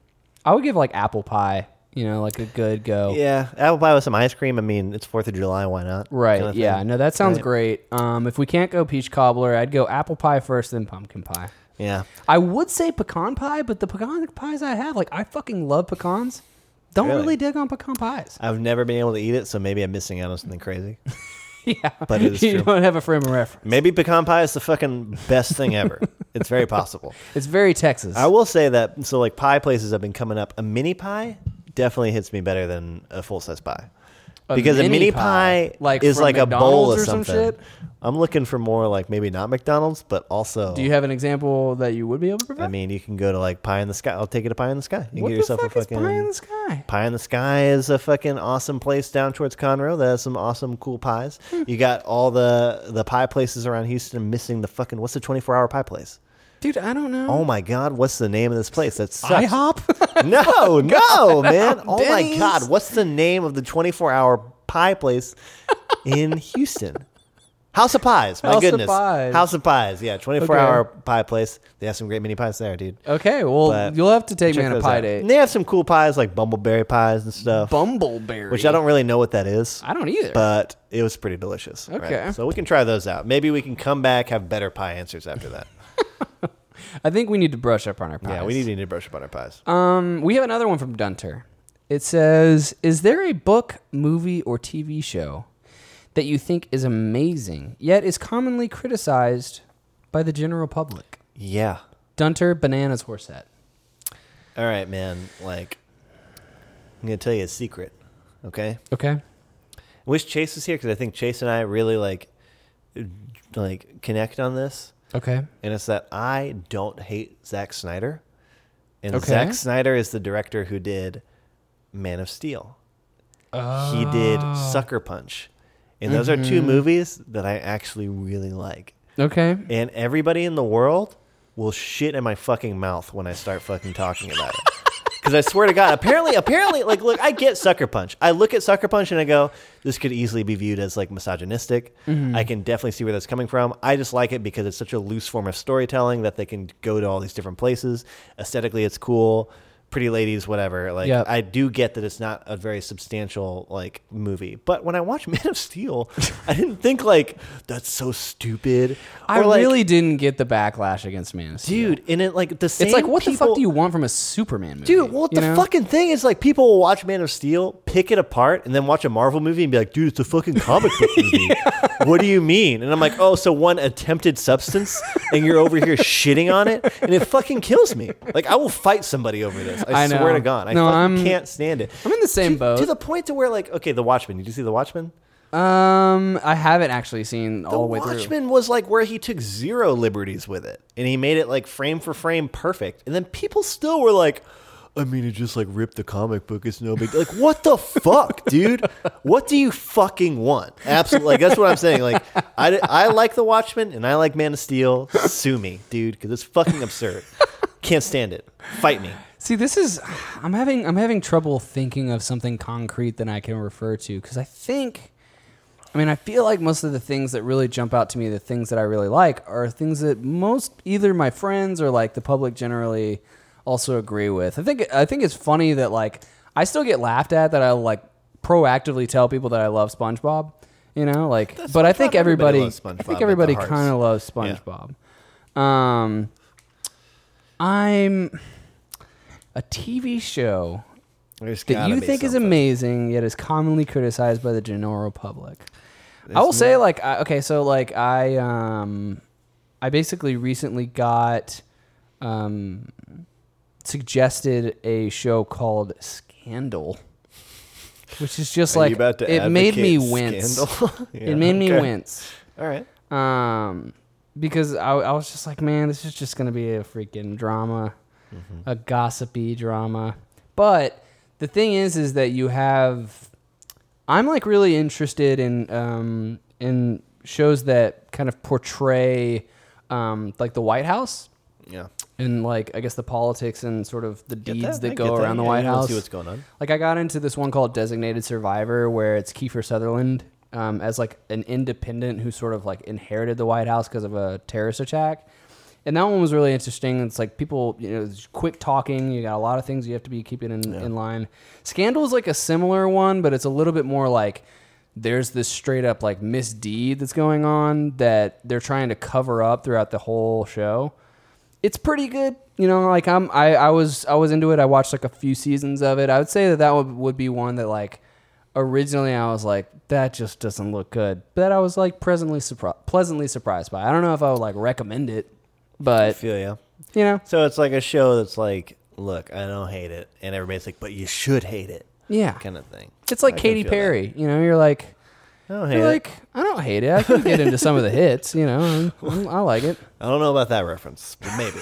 S3: I would give like apple pie, you know, like a good go.
S2: Yeah, apple pie with some ice cream. I mean, it's Fourth of July. Why not?
S3: Right.
S2: Kinda thing.
S3: yeah. No, that sounds
S2: Right.
S3: great. Um if we can't go peach cobbler, I'd go apple pie first then pumpkin pie.
S2: Yeah.
S3: I would say pecan pie, but the pecan pies I have, like I fucking love pecans. Don't
S2: Really?
S3: really, dig on
S2: <laughs>
S3: pecan pies.
S2: I've never been able to eat it, so maybe I'm missing out on something crazy.
S3: yeah.
S2: But it is
S3: you
S2: true.
S3: don't have a frame of reference.
S2: Maybe pecan pie is the fucking best thing
S3: <laughs>
S2: ever. it's very possible.
S3: It's very Texas.
S2: Mm. I will say that so like pie places have been coming up. A mini pie definitely hits me better than a full size pie. because a
S3: mini
S2: mini
S3: pie?
S2: pie,
S3: Like
S2: is
S3: from
S2: like a bowl
S3: McDonald's
S2: of
S3: or some
S2: something.
S3: shit?
S2: I'm looking for more like maybe not McDonald's, but also
S3: Do you have an example that you would be able to provide?
S2: I mean, you can go to like Pie in the Sky. I'll take you to Pie in the Sky. You can
S3: what
S2: get
S3: the
S2: yourself
S3: fuck
S2: a fucking
S3: is pie in the sky?
S2: Pie in the Sky is a fucking awesome place down towards Conroe that has some awesome cool pies.
S3: Hmm.
S2: you got all the the pie places around Houston missing the fucking what's the 24-hour pie place?
S3: Dude, I don't know.
S2: Oh my god, what's the name of this place? That sucks. <laughs>
S3: IHOP?
S2: No, no, man. Oh my
S3: Oh, Denny's.
S2: God. What's the name of the 24 hour pie place in Houston? House of Pies. My
S3: House of
S2: goodness.
S3: Pies.
S2: House of Pies. Yeah, 24
S3: Okay.
S2: hour pie place. They have some great mini pies there, dude.
S3: <laughs> okay, well,
S2: But
S3: you'll have to take me
S2: Check
S3: on a
S2: those
S3: pie
S2: out. And
S3: date.
S2: they have some cool pies like bumbleberry pies and stuff,
S3: Bumbleberry.
S2: which I don't really know what that is.
S3: I don't either.
S2: But it was pretty delicious. right?
S3: Okay. <laughs>
S2: So we can try those out. Maybe we can come back, have better pie answers after that.
S3: I think we need to brush up on our pies.
S2: Yeah, we need to need to brush up on our pies.
S3: Um, we have another one from Dunter. It says, "Is there a book, movie, or TV show that you think is amazing yet is commonly criticized by the general public?"
S2: yeah.
S3: Dunter bananas horset.
S2: All right, man. Like, I'm gonna tell you a secret. Okay.
S3: Okay.
S2: I wish Chase was here because I think Chase and I really like, like connect on this.
S3: Okay.
S2: and it's that I don't hate Zack Snyder, and
S3: Okay.
S2: Zack Snyder is the director who did Man of Steel. He did Sucker Punch, and those are two movies that I actually really like.
S3: Okay.
S2: And everybody in the world will shit in my fucking mouth when I start fucking talking about it. Because I swear to God, apparently, apparently, like, look, I get Sucker Punch. I look at Sucker Punch and I go, this could easily be viewed as like misogynistic. I can definitely see where that's coming from. I just like it because it's such a loose form of storytelling that they can go to all these different places. Aesthetically, it's cool. Pretty ladies, whatever. Like,
S3: Yep.
S2: I do get that it's not a very substantial like movie, but when I watched <laughs> Man of Steel, I didn't think like that's so stupid.
S3: I
S2: Or, like,
S3: really didn't get the backlash against Man of Steel.
S2: dude and it like the same
S3: it's like what the
S2: people-
S3: fuck do you want from a Superman movie?
S2: dude well
S3: you
S2: the
S3: know?
S2: fucking thing is like people will watch man of steel pick it apart and then watch a marvel movie and be like dude it's a fucking comic book
S3: <laughs>
S2: movie what do you mean and i'm like oh so one attempted substance and you're over here shitting on it and it fucking kills me like i will fight somebody over this i,
S3: I know.
S2: swear to god i
S3: No,
S2: fucking
S3: I'm-
S2: can't stand it
S3: I'm in the same
S2: to,
S3: boat.
S2: to the point to where like okay the watchmen did you see the watchmen
S3: Um, I haven't actually seen all the way through.
S2: Watchmen was like where he took zero liberties with it, and he made it like frame for frame perfect. And then people still were like, "I mean, it just like ripped the comic book. It's no big like what the <laughs> fuck, dude? What do you fucking want? Absolutely, like that's what I'm saying. Like I, I like the Watchmen and I like Man of Steel. Sue me, dude, because it's fucking absurd. Can't stand it. Fight me.
S3: See, this is I'm having I'm having trouble thinking of something concrete that I can refer to because I think I mean I feel like most of the things that really jump out to me, the things that I really like, are things that most either my friends or like the public generally also agree with. I think I think it's funny that like I still get laughed at that I like proactively tell people that I love SpongeBob. You know, like, but I
S2: not
S3: think
S2: everybody
S3: everybody,
S2: loves
S3: I
S2: SpongeBob at
S3: think
S2: the
S3: everybody
S2: hearts.
S3: kind of loves
S2: Yeah.
S3: SpongeBob. Um, I'm a TV show
S2: There's
S3: that
S2: gotta
S3: you
S2: be
S3: think is
S2: something.
S3: amazing yet is commonly criticized by the general public. I will say like I, okay, so like I um I basically recently got um suggested a show called Scandal. Which is just
S2: Are you
S3: like
S2: about to
S3: it made me
S2: advocate
S3: wince.
S2: Scandal? <laughs> Yeah,
S3: it made me
S2: okay.
S3: wince
S2: All right.
S3: um, because I, I was just like, man, this is just gonna be a freaking drama, a gossipy drama. But the thing is, is that you have, I'm like really interested in um, in shows that kind of portray um, like the White House
S2: Yeah.
S3: and like I guess the politics and sort of the
S2: Get
S3: deeds that,
S2: I
S3: go
S2: get
S3: around the
S2: Yeah,
S3: White
S2: you wanna
S3: House.
S2: See what's going on.
S3: Like I got into this one called Designated Survivor, where it's Kiefer Sutherland um, as like an independent who sort of like inherited the White House because of a terrorist attack, and that one was really interesting. It's like people, you know, it's quick talking. You got a lot of things you have to be keeping in, in line. Scandal is like a similar one, but it's a little bit more like there's this straight up like misdeed that's going on that they're trying to cover up throughout the whole show it's pretty good. You know, like I'm, I, I was, I was into it. I watched like a few seasons of it. I would say that that would, would be one that like originally I was like, that just doesn't look good. But I was like presently surprised, pleasantly surprised by. it. I don't know if I would like recommend it, but
S2: feel you.
S3: you know,
S2: So it's like a show that's like, look, I don't hate it, and everybody's like, but you should hate it,
S3: yeah,
S2: kind of
S3: <laughs>
S2: thing.
S3: it's like
S2: I can
S3: Katy
S2: feel that.
S3: Perry. You know, you're like,
S2: I don't hate
S3: you're
S2: it.
S3: like, I don't hate it. I can get into some
S2: <laughs>
S3: of the hits. You know, I, I like it.
S2: I don't know about that reference, but
S3: <laughs>
S2: maybe.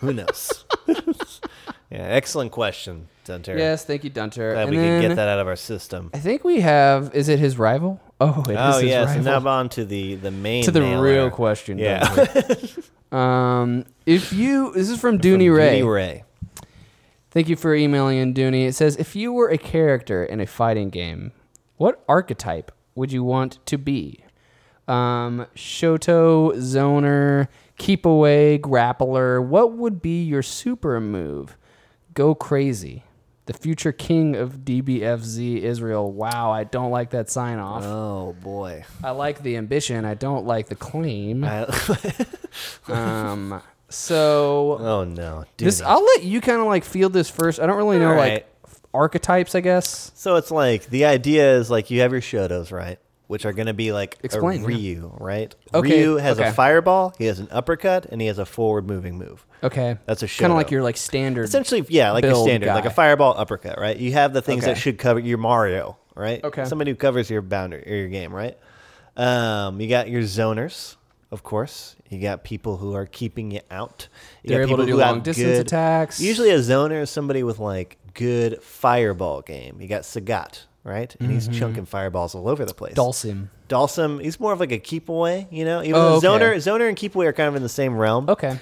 S2: Who knows? <laughs> yeah, excellent question, Dunter.
S3: Yes, thank you, Dunter.
S2: Glad
S3: and
S2: we
S3: then,
S2: could get that out of our system.
S3: I think we have. Is it his rival? Oh, it is
S2: Oh
S3: his
S2: yes,
S3: rival.
S2: and now on to the the main
S3: to the
S2: mailer.
S3: real question.
S2: Yeah, <laughs>
S3: Duncan. Um, if you, this is from Dooney
S2: From
S3: Ray.
S2: Dooney Ray.
S3: Thank you for emailing in, Dooney. It says, if you were a character in a fighting game, what archetype would you want to be? Um, Shoto, Zoner, Keep Away, Grappler. What would be your super move? Go crazy. The future king of DBFZ Israel. Wow, I don't like that sign off.
S2: Oh <laughs> boy.
S3: <laughs>
S2: Oh,
S3: I like the ambition. I don't like the claim.
S2: I-
S3: Um, So
S2: Oh no. Do
S3: this,
S2: not.
S3: I'll let you kind of like field this first. I don't really know
S2: All
S3: like
S2: right.
S3: f- archetypes, I guess.
S2: So it's like the idea is like you have your Shotos, right? Which are going to be like
S3: Explain,
S2: a
S3: yeah.
S2: Ryu, right?
S3: Okay,
S2: Ryu has
S3: okay.
S2: a fireball, he has an uppercut, and he has a forward moving move.
S3: Okay,
S2: That's a
S3: kind of like
S2: Shoto.
S3: your like standard.
S2: Essentially, yeah, like a
S3: Build
S2: standard, like
S3: guy.
S2: a fireball uppercut, right? You have the things
S3: Okay.
S2: that should cover your Mario, right?
S3: Okay.
S2: Somebody who covers your boundary or your game, right? Um, you got your zoners, of course. You got people who are keeping you out. You
S3: They're
S2: got
S3: able to
S2: people
S3: do
S2: who have
S3: long distance attacks.
S2: Usually, a zoner is somebody with like good fireball game. You got Sagat, right? And
S3: Mm-hmm.
S2: he's chunking fireballs all over the place.
S3: Dulcim.
S2: Dalsum, he's more of like a keep away, you know. Even
S3: Oh,
S2: though zoner,
S3: okay.
S2: zoner, and keep away are kind of in the same realm.
S3: Okay,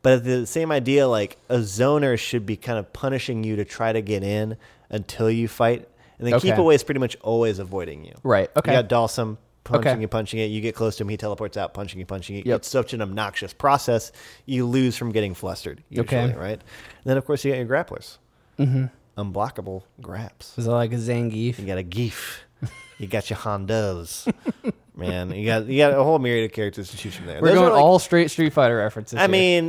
S2: But the same idea, like a zoner should be kind of punishing you to try to get in until you fight. And then
S3: Okay.
S2: keep away is pretty much always avoiding you.
S3: Right, okay.
S2: You got Dawson punching
S3: Okay.
S2: you, punching it. You get close to him, he teleports out, punching you, punching it.
S3: Yep.
S2: It's such an obnoxious process. You lose from getting flustered,
S3: Okay.
S2: usually, right? And then, of course, you got your grapplers. Mm-hmm. Unblockable graps.
S3: is it like a Zangief?
S2: You got a Geef. you got your
S3: <laughs>
S2: Hondas. Man, you got you got a whole myriad of characters to choose from there.
S3: We're
S2: Those are,
S3: going
S2: like,
S3: all straight Street Fighter references.
S2: I
S3: here.
S2: mean,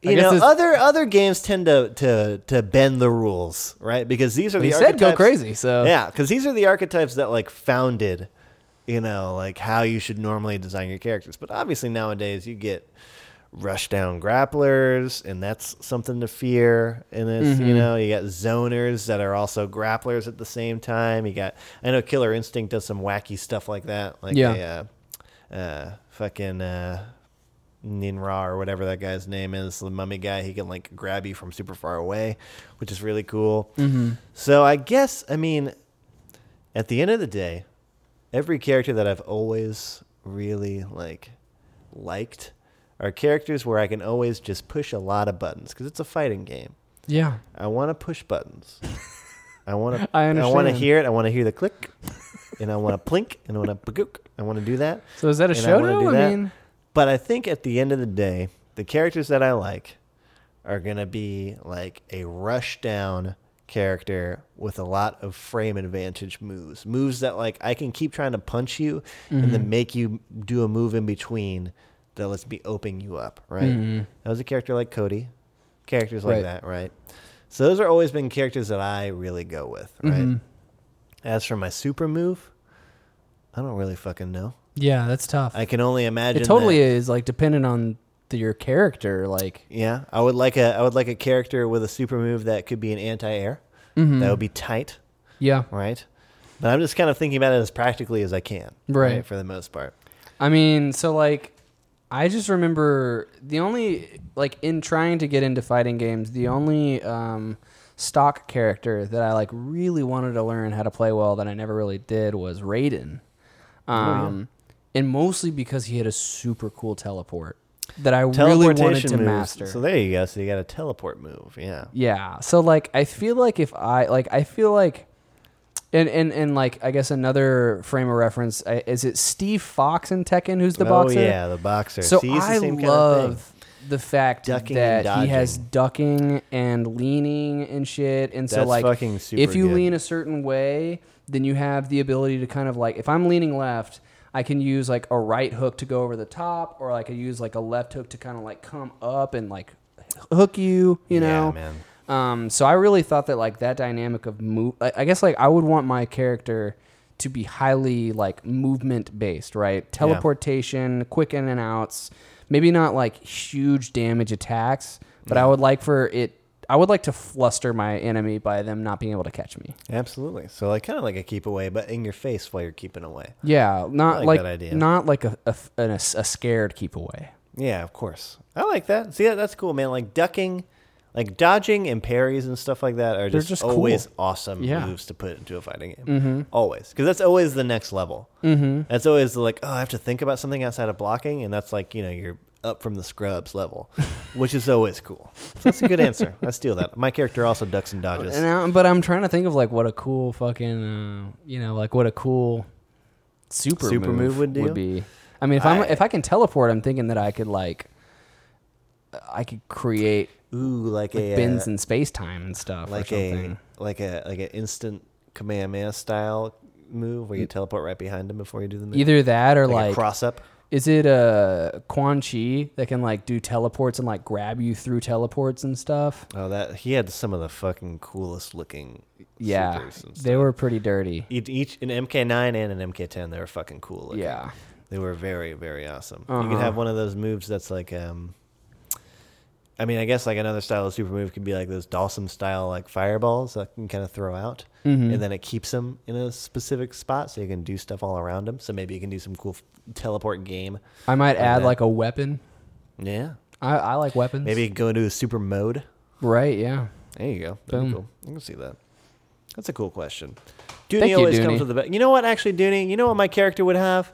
S2: you
S3: guess
S2: know,
S3: it's-
S2: other other games tend to to to bend the rules, right? Because these are
S3: But
S2: the
S3: he said go
S2: archetypes-
S3: crazy, so-
S2: yeah, because these are the archetypes that like founded, you know, like how you should normally design your characters. But obviously nowadays you get rushdown grapplers, and that's something to fear. And it's
S3: Mm-hmm.
S2: you know you got zoners that are also grapplers at the same time. You got I know Killer Instinct does some wacky stuff like that, like
S3: Yeah.
S2: they, uh, uh, fucking uh, Ninra or whatever that guy's name is, the mummy guy. He can like grab you from super far away, which is really cool. Mm-hmm. So I guess I mean, at the end of the day, every character that I've always really like liked are characters where I can always just push a lot of buttons because it's a fighting game.
S3: yeah.
S2: I want to push
S3: <laughs>
S2: buttons. I want to.
S3: I
S2: I want to
S3: understand.
S2: hear it. I want to hear the click, and I want to plink, and I want to bagook. I want to do that.
S3: So is that a
S2: and
S3: show?
S2: wanna
S3: though? I, mean,
S2: but I think at the end of the day, the characters that I like are gonna be like a rush down character with a lot of frame advantage moves, moves that like I can keep trying to punch you and
S3: Mm-hmm.
S2: then make you do a move in between that lets me open you up, right? That was a character like Cody, characters like
S3: Mm-hmm. Right.
S2: that, right? So those are always been characters that I really go with, right?
S3: Mm-hmm.
S2: As for my super move, I don't really fucking know.
S3: yeah, that's tough.
S2: I can only imagine.
S3: it totally
S2: that-
S3: is like dependent on the, your character. Like,
S2: Yeah, I would like a I would like a character with a super move that could be an anti-air.
S3: Mm-hmm.
S2: That would be tight,
S3: yeah,
S2: right? But I'm just kind of thinking about it as practically as I can,
S3: Right.
S2: for the most part.
S3: I mean, so like, I just remember the only like in trying to get into fighting games, the only um, stock character that I like really wanted to learn how to play well that I never really did was Raiden,
S2: Oh,
S3: um, and mostly because he had a super cool teleport that I really wanted
S2: Teleportation
S3: to
S2: moves.
S3: master.
S2: So there you go. So you got a teleport move. Yeah.
S3: Yeah. So like I feel like if I like I feel like and and and like I guess another frame of reference I, is it Steve Fox in Tekken who's the boxer?
S2: Oh yeah, the boxer.
S3: So
S2: See, he's the
S3: I
S2: same
S3: love
S2: Kind of thing.
S3: the fact
S2: Ducking and
S3: that he has
S2: dodging.
S3: ducking and leaning and shit. And so
S2: That's
S3: like
S2: fucking super
S3: if you
S2: good.
S3: lean a certain way, then you have the ability to kind of like if I'm leaning left, I can use like a right hook to go over the top, or I could use like a left hook to kind of like come up and like hook you,
S2: Yeah,
S3: you know.
S2: man.
S3: Um, so I really thought that like that dynamic of move, I, I guess like I would want my character to be highly like movement based, right? Teleportation, quick in and outs, maybe not like huge damage attacks, but I would like for it. I would like to fluster my enemy by them not being able to catch me.
S2: Absolutely. So like kind of like a keep away, but in your face while you're keeping away.
S3: Yeah, not
S2: like
S3: like,
S2: that idea.
S3: not like a a, an, a scared keep away.
S2: Yeah, of course. I like that. See, that, that's cool, man. Like ducking, like dodging and parries and stuff like that are just,
S3: just cool.
S2: always awesome
S3: Yeah. Mm-hmm.
S2: moves to put into a fighting game. Always, because that's always the next level. Mm-hmm. That's always the, like, oh, I have to think about something outside of blocking, and that's like you know you're up from the scrubs
S3: <laughs>
S2: level, which is always cool. So that's a good answer. I steal that. My character also ducks and dodges.
S3: And I, but I'm trying to think of like what a cool fucking uh, you know like what a cool super
S2: Super move would do?
S3: be. I mean, if I, am if I can teleport, I'm thinking that I could like I could create
S2: Ooh, like, a
S3: bins
S2: uh,
S3: in space time and stuff
S2: like
S3: or something.
S2: a like a like an instant Kamehameha style move where you teleport right behind him before you do the move.
S3: Either that or
S2: like,
S3: like,
S2: a cross up.
S3: Is it uh, Quan Chi that can like do teleports and like grab you through teleports and stuff?
S2: Oh, that he had some of the fucking coolest looking.
S3: Yeah,
S2: supers and
S3: they were pretty dirty.
S2: Each, each an MK9 and an MK10, they were fucking cool. Looking.
S3: Yeah. Uh-huh.
S2: they were very very awesome. You could have one of those moves that's like, um, I mean, I guess like another style of super move could be like those Dawson style like fireballs that can kind of throw out,
S3: Mm-hmm.
S2: and then it keeps them in a specific spot so you can do stuff all around them. So maybe you can do some cool f- teleport game.
S3: I might add
S2: that.
S3: like a weapon.
S2: Yeah,
S3: I, I like weapons.
S2: maybe you can go into a super mode.
S3: Right? Yeah.
S2: There you go. That'd be
S3: Boom.
S2: cool. I can see that. That's a cool question.
S3: Thank
S2: Dooney
S3: you,
S2: always
S3: Dooney.
S2: comes with the best. You know what, actually, Dooney? You know what my character would have?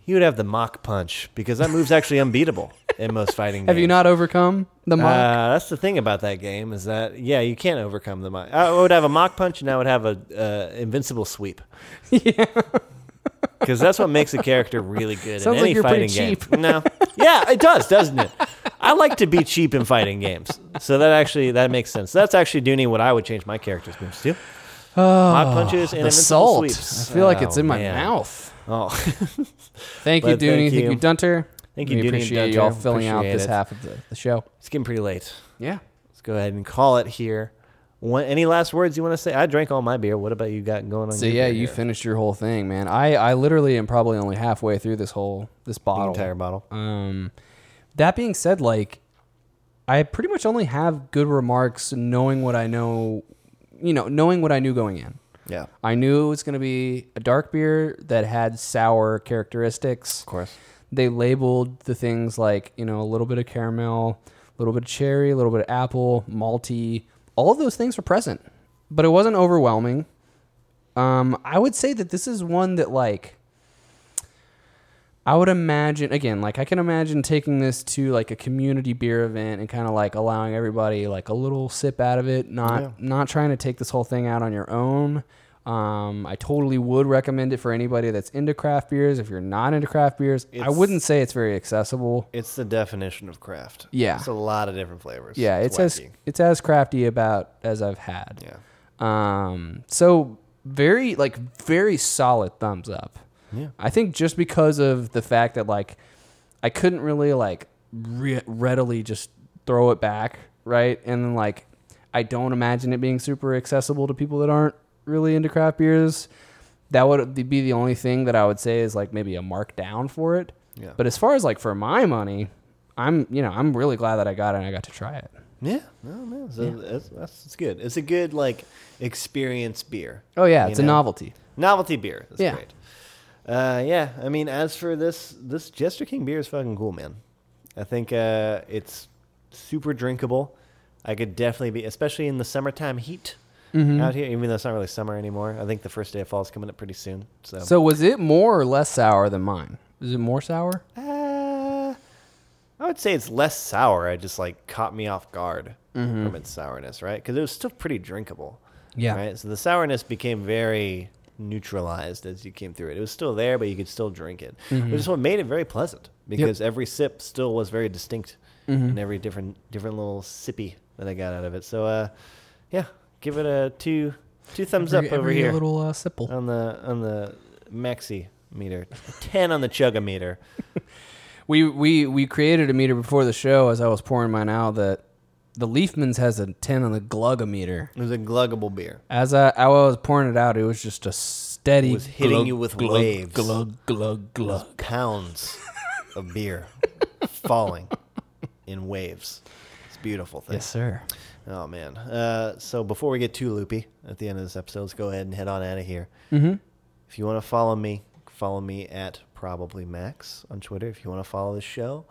S2: He would have the mock punch because that move's actually unbeatable in most fighting games.
S3: <laughs> Have you not overcome the mock?
S2: Uh, that's the thing about that game is that, yeah, you can't overcome the mock. I would have a mock punch and I would have a uh, invincible
S3: <laughs>
S2: sweep. Because that's what makes a character really good
S3: Sounds
S2: in
S3: like
S2: any
S3: you're pretty
S2: fighting game. <laughs> No. Yeah, it does, doesn't it? I like to be cheap in fighting games. So that actually that makes sense. That's actually Dooney what I would change my character's moves to. Oh, Hot punches and
S3: Ah, the
S2: invincible
S3: salt.
S2: sweeps.
S3: I feel like
S2: Oh,
S3: it's in my
S2: man.
S3: mouth.
S2: Oh. <laughs>
S3: Thank you,
S2: But thank
S3: Dooney. Thank you,
S2: you.
S3: Dunter.
S2: Thank you,
S3: we
S2: Dooney and
S3: appreciate you all
S2: Dunter.
S3: filling out
S2: Appreciate
S3: this
S2: it.
S3: half of the, the show.
S2: it's getting pretty late.
S3: Yeah.
S2: Let's go ahead and call it here. One, any last words you want to say? I drank all my beer. What about you got going on?
S3: So
S2: your
S3: yeah,
S2: beer
S3: you
S2: here?
S3: finished your whole thing, man. I I literally am probably only halfway through this whole this
S2: the
S3: bottle.
S2: entire bottle.
S3: Um, that being said, like, I pretty much only have good remarks knowing what I know, you know, knowing what I knew going in.
S2: Yeah, of
S3: I knew it was going to be a dark beer that had sour characteristics. Of
S2: course.
S3: They labeled the things like, you know, a little bit of caramel, a little bit of cherry, a little bit of apple, malty. All of those things were present, but it wasn't overwhelming. Um, I would say that this is one that, like, I would imagine again, like I can imagine taking this to like a community beer event and kind of like allowing everybody like a little sip out of it, not
S2: Yeah.
S3: not trying to take this whole thing out on your own. Um, I totally would recommend it for anybody that's into craft beers. If you're not into craft beers, I
S2: It's-
S3: wouldn't say it's very accessible.
S2: It's the definition of craft.
S3: Yeah.
S2: it's a lot of different flavors.
S3: Yeah, it's as
S2: wacky.
S3: it's as crafty about as I've had.
S2: yeah.
S3: Um, so very like very solid thumbs up.
S2: Yeah.
S3: I think just because of the fact that like I couldn't really like re- readily just throw it back, right? And then like I don't imagine it being super accessible to people that aren't really into craft beers. That would be the only thing that I would say is like maybe a markdown for it.
S2: Yeah.
S3: But as far as like for my money, I'm you know I'm really glad that I got it and I got to try it.
S2: Yeah, no, no, so That's, that's, that's good. It's a good like experience beer.
S3: Oh yeah,
S2: you
S3: it's a
S2: know?
S3: novelty.
S2: Novelty beer. That's
S3: Yeah.
S2: great. Uh, yeah, I mean, as for this, this Jester King beer is fucking cool, man. I think uh, it's super drinkable. I could definitely be, especially in the summertime heat out here. Even though it's not really summer anymore, I think the first day of fall is coming up pretty soon. So,
S3: So was it more or less sour than mine? Is it more sour?
S2: Uh, I would say it's less sour. It just like caught me off guard from its sourness, right? Because it was still pretty drinkable.
S3: Mm-hmm. Yeah.
S2: Right. So the sourness became very neutralized as you came through it. It was still there, but you could still drink it,
S3: Mm-hmm.
S2: which is what made it very pleasant because every sip still was very distinct
S3: Mm-hmm.
S2: and every different different little sippy that I got out of it. So, uh, yeah, give it a two two thumbs up over here Oh.
S3: little uh, sipple.
S2: on the on the maxi meter, ten on the chugga meter.
S3: We we we created a meter before the show as I was pouring mine out that the Leafman's has a ten on the glugometer.
S2: It was a gluggable beer.
S3: As I, I was pouring it out, it was just a steady
S2: It was hitting
S3: glug,
S2: you with
S3: glug,
S2: waves.
S3: Glug glug glug.
S2: Pounds of beer <laughs> falling in waves. It's a beautiful thing.
S3: sir.
S2: Oh man. Uh, so before we get too loopy at the end of this episode, let's go ahead and head on out of here. Mm-hmm. If you want to follow me, follow me at probably Max on Twitter. If you want to follow the show,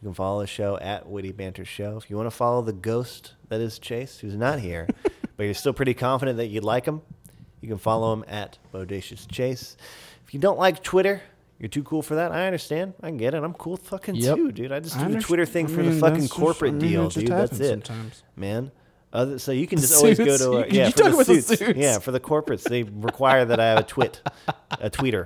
S2: you can follow the show at Witty Banter Show. If you want to follow the ghost that is Chase, who's not
S3: <laughs>
S2: here, but you're still pretty confident that you'd like him, you can follow him at Bodacious Chase. If you don't like Twitter. You're too cool for that. I understand. I get it. I'm cool fucking
S3: Yep.
S2: too, dude. I just
S3: I
S2: do the
S3: underst-
S2: Twitter thing
S3: I
S2: for
S3: mean,
S2: the
S3: that's
S2: fucking
S3: just-
S2: corporate
S3: I mean,
S2: deal,
S3: it just
S2: dude. That's
S3: happens
S2: it
S3: sometimes.
S2: man. Other, so you can just always go
S3: suits.
S2: to our,
S3: You-
S2: yeah
S3: you
S2: for
S3: talk
S2: the
S3: about the
S2: suits.
S3: suits.
S2: yeah for the corporates they require that I have a twit a tweeter,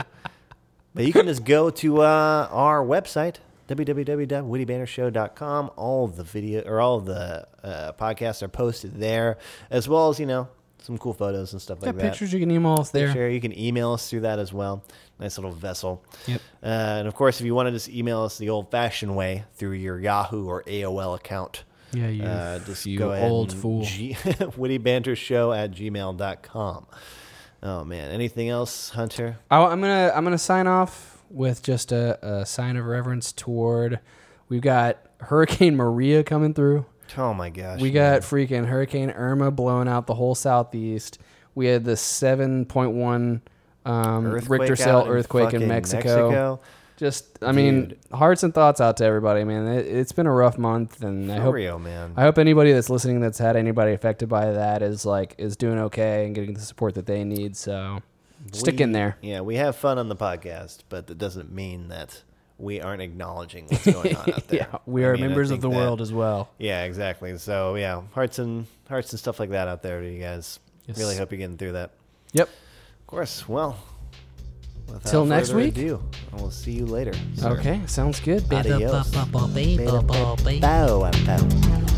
S2: but you can just go to uh, our website www.wittybannershow.com all of the video or all of the uh, podcasts are posted there as well as you know some cool photos and stuff
S3: Got
S2: like that.
S3: pictures you can email us there.
S2: Share. You can email us through that as well. Nice little vessel.
S3: Yep.
S2: Uh, and of course, if you want to just email us the old-fashioned way through your Yahoo or AOL account,
S3: Yeah, you,
S2: uh, just
S3: you
S2: go ahead
S3: old
S2: and
S3: fool.
S2: G- <laughs> wittybantershow at gmail.com. Oh man, anything else, Hunter?
S3: I, I'm gonna I'm gonna sign off with just a, a sign of reverence toward. We've got Hurricane Maria coming through.
S2: Oh my gosh,
S3: We got freaking Hurricane Irma blowing out the whole southeast. We had the 7.1 um, Richter
S2: out
S3: cell
S2: in
S3: earthquake in
S2: fucking
S3: Mexico. Just, I mean,
S2: Dude.
S3: hearts and thoughts out to everybody, man. It, it's been a rough month, and I
S2: For
S3: hope
S2: real, man.
S3: I hope anybody that's listening that's had anybody affected by that is like is doing okay and getting the support that they need. So stick
S2: We- <laughs>
S3: in there.
S2: Yeah, we have fun on the podcast, but that doesn't mean that we aren't acknowledging what's going
S3: <laughs>
S2: on out there.
S3: Yeah, we
S2: I
S3: are
S2: mean, I
S3: members of
S2: think
S3: the
S2: that-
S3: world as well.
S2: Yeah, exactly. So yeah, hearts and hearts and stuff like that out there to you guys.
S3: Yes.
S2: Really hope you're getting through that.
S3: Yep.
S2: Of course. Well. without
S3: Till next
S2: further
S3: week?
S2: Ado, I will see you later. sir.
S3: Okay, sounds good.
S2: Adios.
S5: Ba-ba-ba-ba-ba-ba-ba.
S2: Bow and bow.